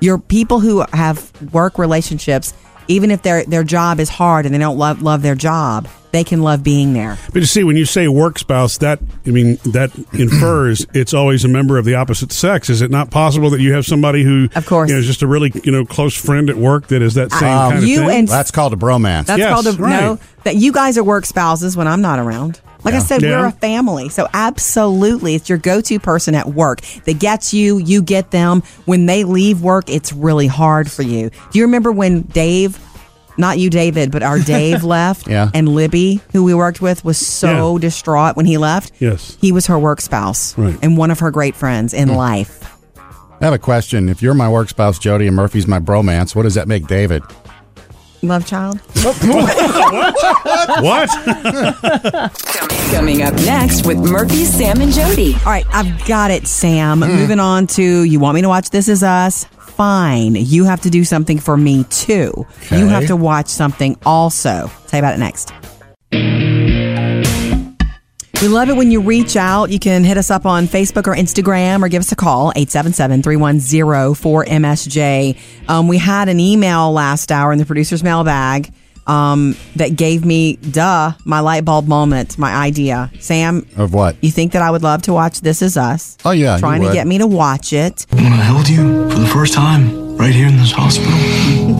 S3: Your people who have work relationships, even if their their job is hard and they don't love love their job, they can love being there.
S1: But you see, when you say work spouse, that I mean that infers it's always a member of the opposite sex. Is it not possible that you have somebody who,
S3: Of course.
S1: you know, is just a really you know close friend at work that is that same
S2: Um,
S1: kind of
S3: you
S1: thing?
S3: and
S2: That's called a bromance.
S3: That's
S1: Yes,
S3: called a
S1: right.
S3: no. That you guys are work spouses when I'm not around. Like I said,
S1: Yeah.
S3: we're a family, so absolutely, it's your go-to person at work that gets you. You get them when they leave work. It's really hard for you. Do you remember when Dave? Not you, David, but our Dave left,
S2: Yeah.
S3: and Libby, who we worked with, was so
S1: Yeah.
S3: distraught when he left.
S1: Yes.
S3: he was her work spouse
S1: Right. Mm.
S3: and one of her great friends in life.
S2: I have a question. If you're my work spouse, Jody, and Murphy's my bromance, what does that make David?
S3: Love child.
S1: what?
S5: Coming up next with Murphy, Sam, and Jody.
S3: All right, I've got it, Sam. Moving on to you want me to watch This Is Us? Fine. You have to do something for me too. You
S2: Okay.
S3: have to watch something also. Tell you about it next. We love it when you reach out. You can hit us up on Facebook or Instagram or give us a call, 877-310-4MSJ. Um, we had an email last hour in the producer's mailbag um, that gave me, duh, my light bulb moment, my idea. Sam,
S2: Of what?
S3: you think that I would love to watch This Is Us?
S2: Oh, yeah, you
S3: trying to
S2: would.
S3: get me to watch it.
S8: When I held you for the first time, right here in this hospital,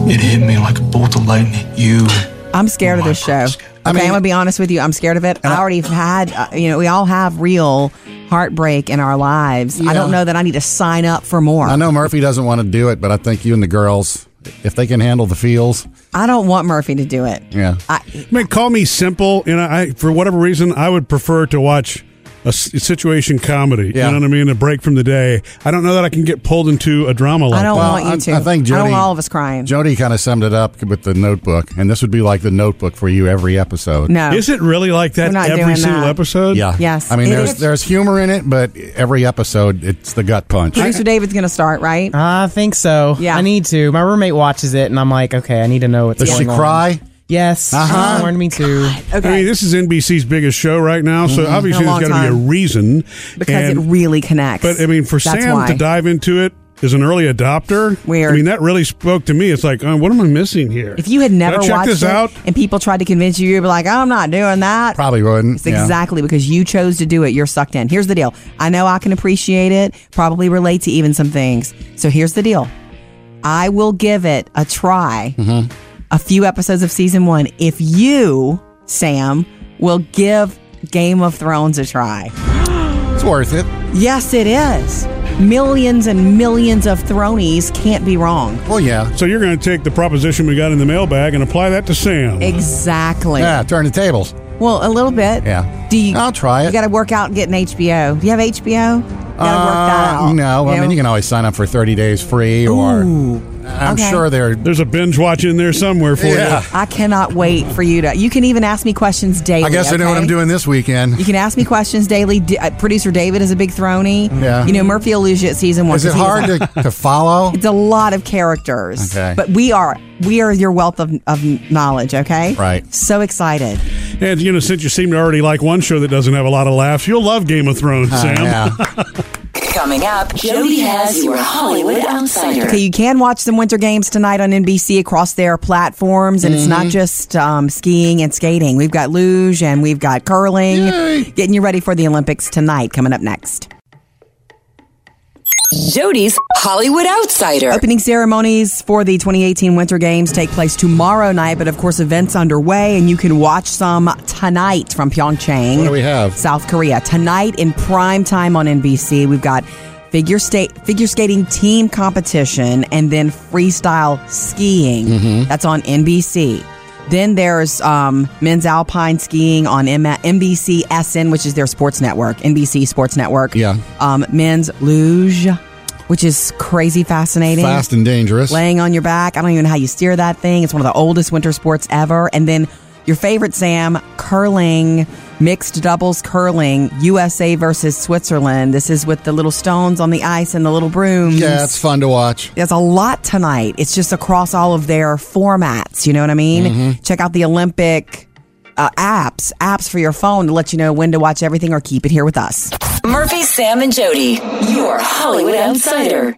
S8: it hit me like a bolt of lightning. You.
S3: I'm scared of this show.
S2: Oh I
S3: okay,
S2: mean-
S3: I'm gonna be honest with you. I'm scared of it. I already have had, uh, you know, we all have real heartbreak in our lives. I don't
S2: Yeah.
S3: know that I need to sign up for more.
S2: I know Murphy doesn't want to do it, but I think you and the girls, if they can handle the feels,
S3: I don't want Murphy to do it.
S2: yeah.
S3: I,
S1: I mean, call me simple. You know, I for whatever reason, I would prefer to watch a s- situation comedy.
S2: Yeah.
S1: You know what I mean? A break from the day. I don't know that I can get pulled into a drama like
S3: I don't
S1: that.
S2: Well,
S3: want you
S2: I-
S3: to.
S2: I think
S3: I don't
S2: Jody-
S3: want all of us crying.
S2: Jody kind of summed it up with the notebook, and this would be like the notebook for you every episode.
S3: no.
S1: Is it really like
S3: We're
S1: that
S3: not
S1: every
S3: doing
S1: single
S3: that.
S1: episode?
S2: Yeah.
S3: Yes,
S2: I mean,
S3: it
S2: there's
S3: is.
S2: there's humor in it, but every episode, it's the gut punch.
S3: Producer David's gonna start, right?
S6: I think so.
S3: Yeah.
S6: I need to. My roommate watches it, and I'm like, okay, I need to know what's
S2: Does she
S6: going on.
S2: cry?
S6: Yes.
S2: Uh-huh.
S6: She warned me too.
S3: Okay.
S1: I mean, this is NBC's biggest show right now, so obviously
S3: In a
S1: there's
S3: long
S1: got to be a
S3: time.
S1: reason.
S3: because
S1: And-
S3: it really connects.
S1: But I mean, for
S3: That's
S1: Sam
S3: why.
S1: to dive into it as an early adopter,
S3: Weird.
S1: I mean, that really spoke to me. It's like, oh, what am I missing here?
S3: If you had never
S1: Can I check
S3: watched
S1: this
S3: it
S1: out,
S3: and people tried to convince you, you'd be like, "Oh, I'm not doing that.
S2: Probably wouldn't.
S3: It's
S2: yeah.
S3: exactly because you chose to do it. You're sucked in. Here's the deal. I know I can appreciate it, probably relate to even some things. So here's the deal. I will give it a try,
S2: Mm-hmm.
S3: a few episodes of season one, if you, Sam, will give Game of Thrones a try.
S2: It's worth it.
S3: Yes, it is. Millions and millions of thronies can't be wrong.
S2: Well, yeah.
S1: so you're going to take the proposition we got in the mailbag and apply that to Sam.
S3: Exactly.
S2: Yeah, turn the tables.
S3: Well, a little bit.
S2: Yeah.
S3: Do you?
S2: I'll try it.
S3: You got to work out getting HBO. Do you have HBO? Got to work that
S2: Uh,
S3: out.
S2: no, I mean, you can always sign up for 30 days free, or I'm
S3: Okay.
S2: sure they're.
S1: There's a binge watch in there somewhere for
S2: Yeah.
S1: you.
S3: I cannot wait for you to. You can even ask me questions daily.
S2: I guess I know what
S3: okay?
S2: I'm doing this weekend.
S3: You can ask me questions daily. D- uh, Producer David is a big throny.
S2: Yeah.
S3: You know Murphy will lose you at season one.
S2: Is it
S3: 'cause he was
S2: hard
S3: like-
S2: to, to follow?
S3: It's a lot of characters.
S2: Okay.
S3: But we are we are your wealth of, of knowledge. Okay.
S2: Right.
S3: So excited.
S1: And you know, since you seem to already like one show that doesn't have a lot of laughs, you'll love Game of Thrones,
S2: Uh,
S1: Sam.
S2: yeah.
S5: Coming up, Jody has your Hollywood Outsider.
S3: Okay, you can watch some winter games tonight on NBC across their platforms, and it's
S2: Mm-hmm.
S3: not just um, skiing and skating. We've got luge and we've got curling. Getting you ready for the Olympics tonight. Coming up next,
S5: Jody's Hollywood Outsider.
S3: opening ceremonies for the 2018 Winter Games take place tomorrow night, but of course, events underway, and you can watch some tonight from Pyeongchang.
S2: What do we have?
S3: South Korea tonight in prime time on NBC. We've got figure state figure skating team competition and then freestyle skiing.
S2: Mm-hmm.
S3: That's on NBC. Then there's um, men's alpine skiing on M- NBC SN, which is their sports network, NBC Sports Network.
S2: Yeah.
S3: Um, men's luge, which is crazy fascinating.
S2: Fast and dangerous.
S3: Laying on your back. I don't even know how you steer that thing. It's one of the oldest winter sports ever. And then your favorite, Sam, curling, mixed doubles curling, USA versus Switzerland. This is with the little stones on the ice and the little brooms.
S2: Yeah, it's fun to watch.
S3: There's a lot tonight. It's just across all of their formats. You know what I mean?
S2: Mm-hmm.
S3: Check out the Olympic uh, apps, apps for your phone to let you know when to watch everything or keep it here with us.
S5: Murphy, Sam, and Jody, your Hollywood Outsider.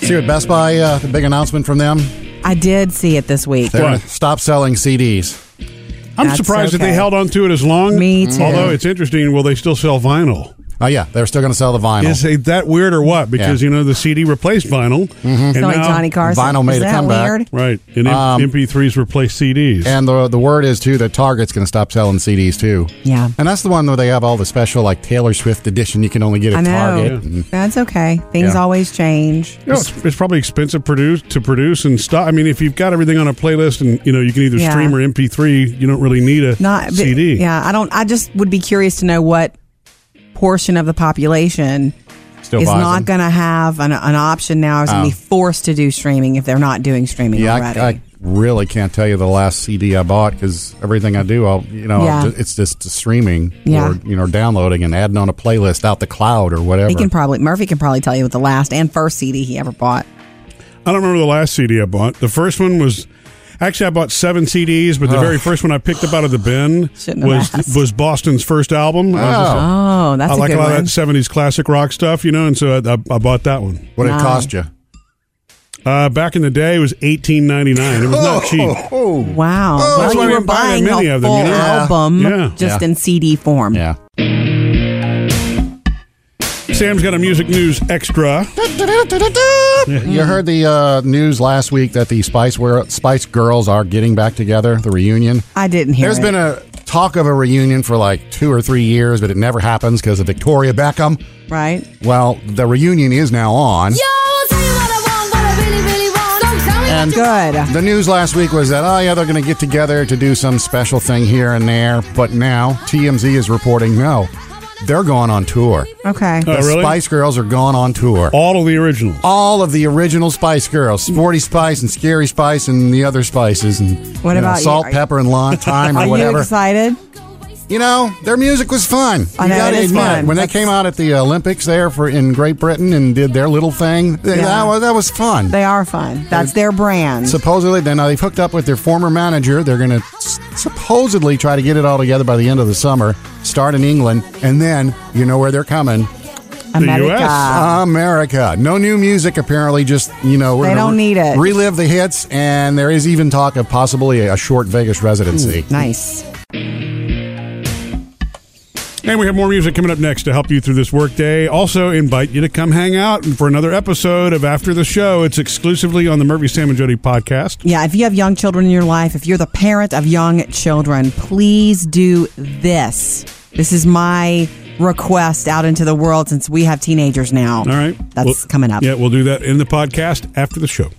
S2: See what Best Buy, uh, the big announcement from them?
S3: I did see it this week.
S2: They're going to
S1: What?
S2: stop selling CDs.
S1: I'm
S3: That's
S1: surprised that they
S3: okay.
S1: held on to it as long.
S3: Me too.
S1: Although it's interesting, will they still sell vinyl?
S2: Oh, yeah, they're still going to sell the vinyl.
S1: Is it that weird or what? Because
S2: Yeah. Mm-hmm.
S1: you know the CD replaced vinyl, and
S3: It's like
S1: now-
S3: Johnny Carson.
S2: Vinyl made
S3: Isn't
S2: a
S3: that
S2: comeback.
S3: weird?
S1: right? And M-
S2: Um,
S1: MP3s replaced CDs.
S2: And the the word is too that Target's going to stop selling CDs too.
S3: Yeah.
S2: and that's the one where they have all the special like Taylor Swift edition you can only get
S3: I
S2: at
S3: know.
S2: Target. And
S3: That's okay. Things
S2: Yeah.
S3: always change.
S1: You know, it's, it's probably expensive produce to produce and stuff. I mean, if you've got everything on a playlist and you know you can either
S3: Yeah.
S1: stream or MP3, you don't really need a
S3: Not but-
S1: CD.
S3: Yeah, I don't. I just would be curious to know what portion of the population
S2: Still
S3: is
S2: buys
S3: not
S2: them.
S3: going to have an, an option now. Is going to be forced to do streaming if they're not doing streaming
S2: Yeah,
S3: already.
S2: I, I really can't tell you the last CD I bought because everything I do, I'll you know,
S3: Yeah.
S2: I'll ju- it's just streaming
S3: Yeah.
S2: or you know downloading and adding on a playlist out the cloud or whatever.
S3: he can probably Murphy can probably tell you what the last and first CD he ever bought.
S1: I don't remember the last CD I bought. The first one was actually I bought seven CDs, but the very first one I picked up out of the bin
S3: Shouldn't have
S1: was
S3: asked.
S1: was Boston's first album. I, was just-
S3: Oh,
S1: I
S3: that's a
S1: like a
S3: good
S1: lot
S3: one.
S1: of that '70s classic rock stuff, you know, and so I, I, I bought that one.
S2: what
S3: Wow.
S2: it cost you?
S1: Uh, back in the day, it was eighteen ninety nine. It was not cheap.
S3: Oh.
S2: Oh.
S3: wow.
S1: that's why
S3: well,
S1: we
S3: you were
S1: didn't buy that
S3: buying
S1: many
S3: a
S1: of them,
S3: full
S1: you know?
S3: album
S1: Yeah.
S3: just
S2: Yeah.
S3: in CD form.
S2: Yeah.
S1: Sam's got a music news extra. Uh,
S2: You heard the uh, news last week that the Spice Wor- Spice Girls are getting back together, the reunion.
S3: I didn't hear
S2: There's
S3: it.
S2: been a talk of a reunion for like two or three years, but it never happens because of Victoria Beckham.
S3: right?
S2: Well, the reunion is now on. And
S3: Good.
S2: the news last week was that, oh, yeah, they're going to get together to do some special thing here and there. But now TMZ is reporting, no, they're going on tour.
S3: Okay.
S1: Oh,
S2: the
S1: really?
S2: Spice Girls are going on tour.
S3: Oh.
S1: All of the originals.
S2: All of the original Spice Girls, Sporty Spice and Scary Spice and the other spices and
S3: What
S2: you know,
S3: about you?
S2: salt,
S3: Are-
S2: pepper, and lime, thyme,
S3: Are
S2: or
S3: you
S2: whatever.
S3: excited?
S2: You know, their music was fun.
S3: I
S2: you
S3: know,
S2: gotta
S3: it is
S2: admit,
S3: fun.
S2: when they
S3: That's-
S2: came out at the Olympics there for in Great Britain and did their little thing, th-
S3: Yeah.
S2: that, was, that was fun.
S3: They are fun. That's their brand.
S2: supposedly, then uh, they've hooked up with their former manager. They're going to s- supposedly try to get it all together by the end of the summer, start in England, and then you know where they're coming.
S3: America.
S1: US.
S2: America. No new music, apparently. Just, you know, we're
S3: Uh-huh. They
S2: gonna
S3: don't need it.
S2: Relive the hits, and there is even talk of possibly a, a short Vegas
S3: Hmm.
S2: residency.
S3: Nice.
S1: And we have more music coming up next to help you through this workday. Also, invite you to come hang out for another episode of After the Show. It's exclusively on the Murphy, Sam, and Jody podcast.
S3: Yeah, if you have young children in your life, if you're the parent of young children, please do this. This is my request out into the world since we have teenagers now.
S1: All right.
S3: That's
S1: We'll-
S3: coming up.
S1: Yeah, we'll do that in the podcast after the show.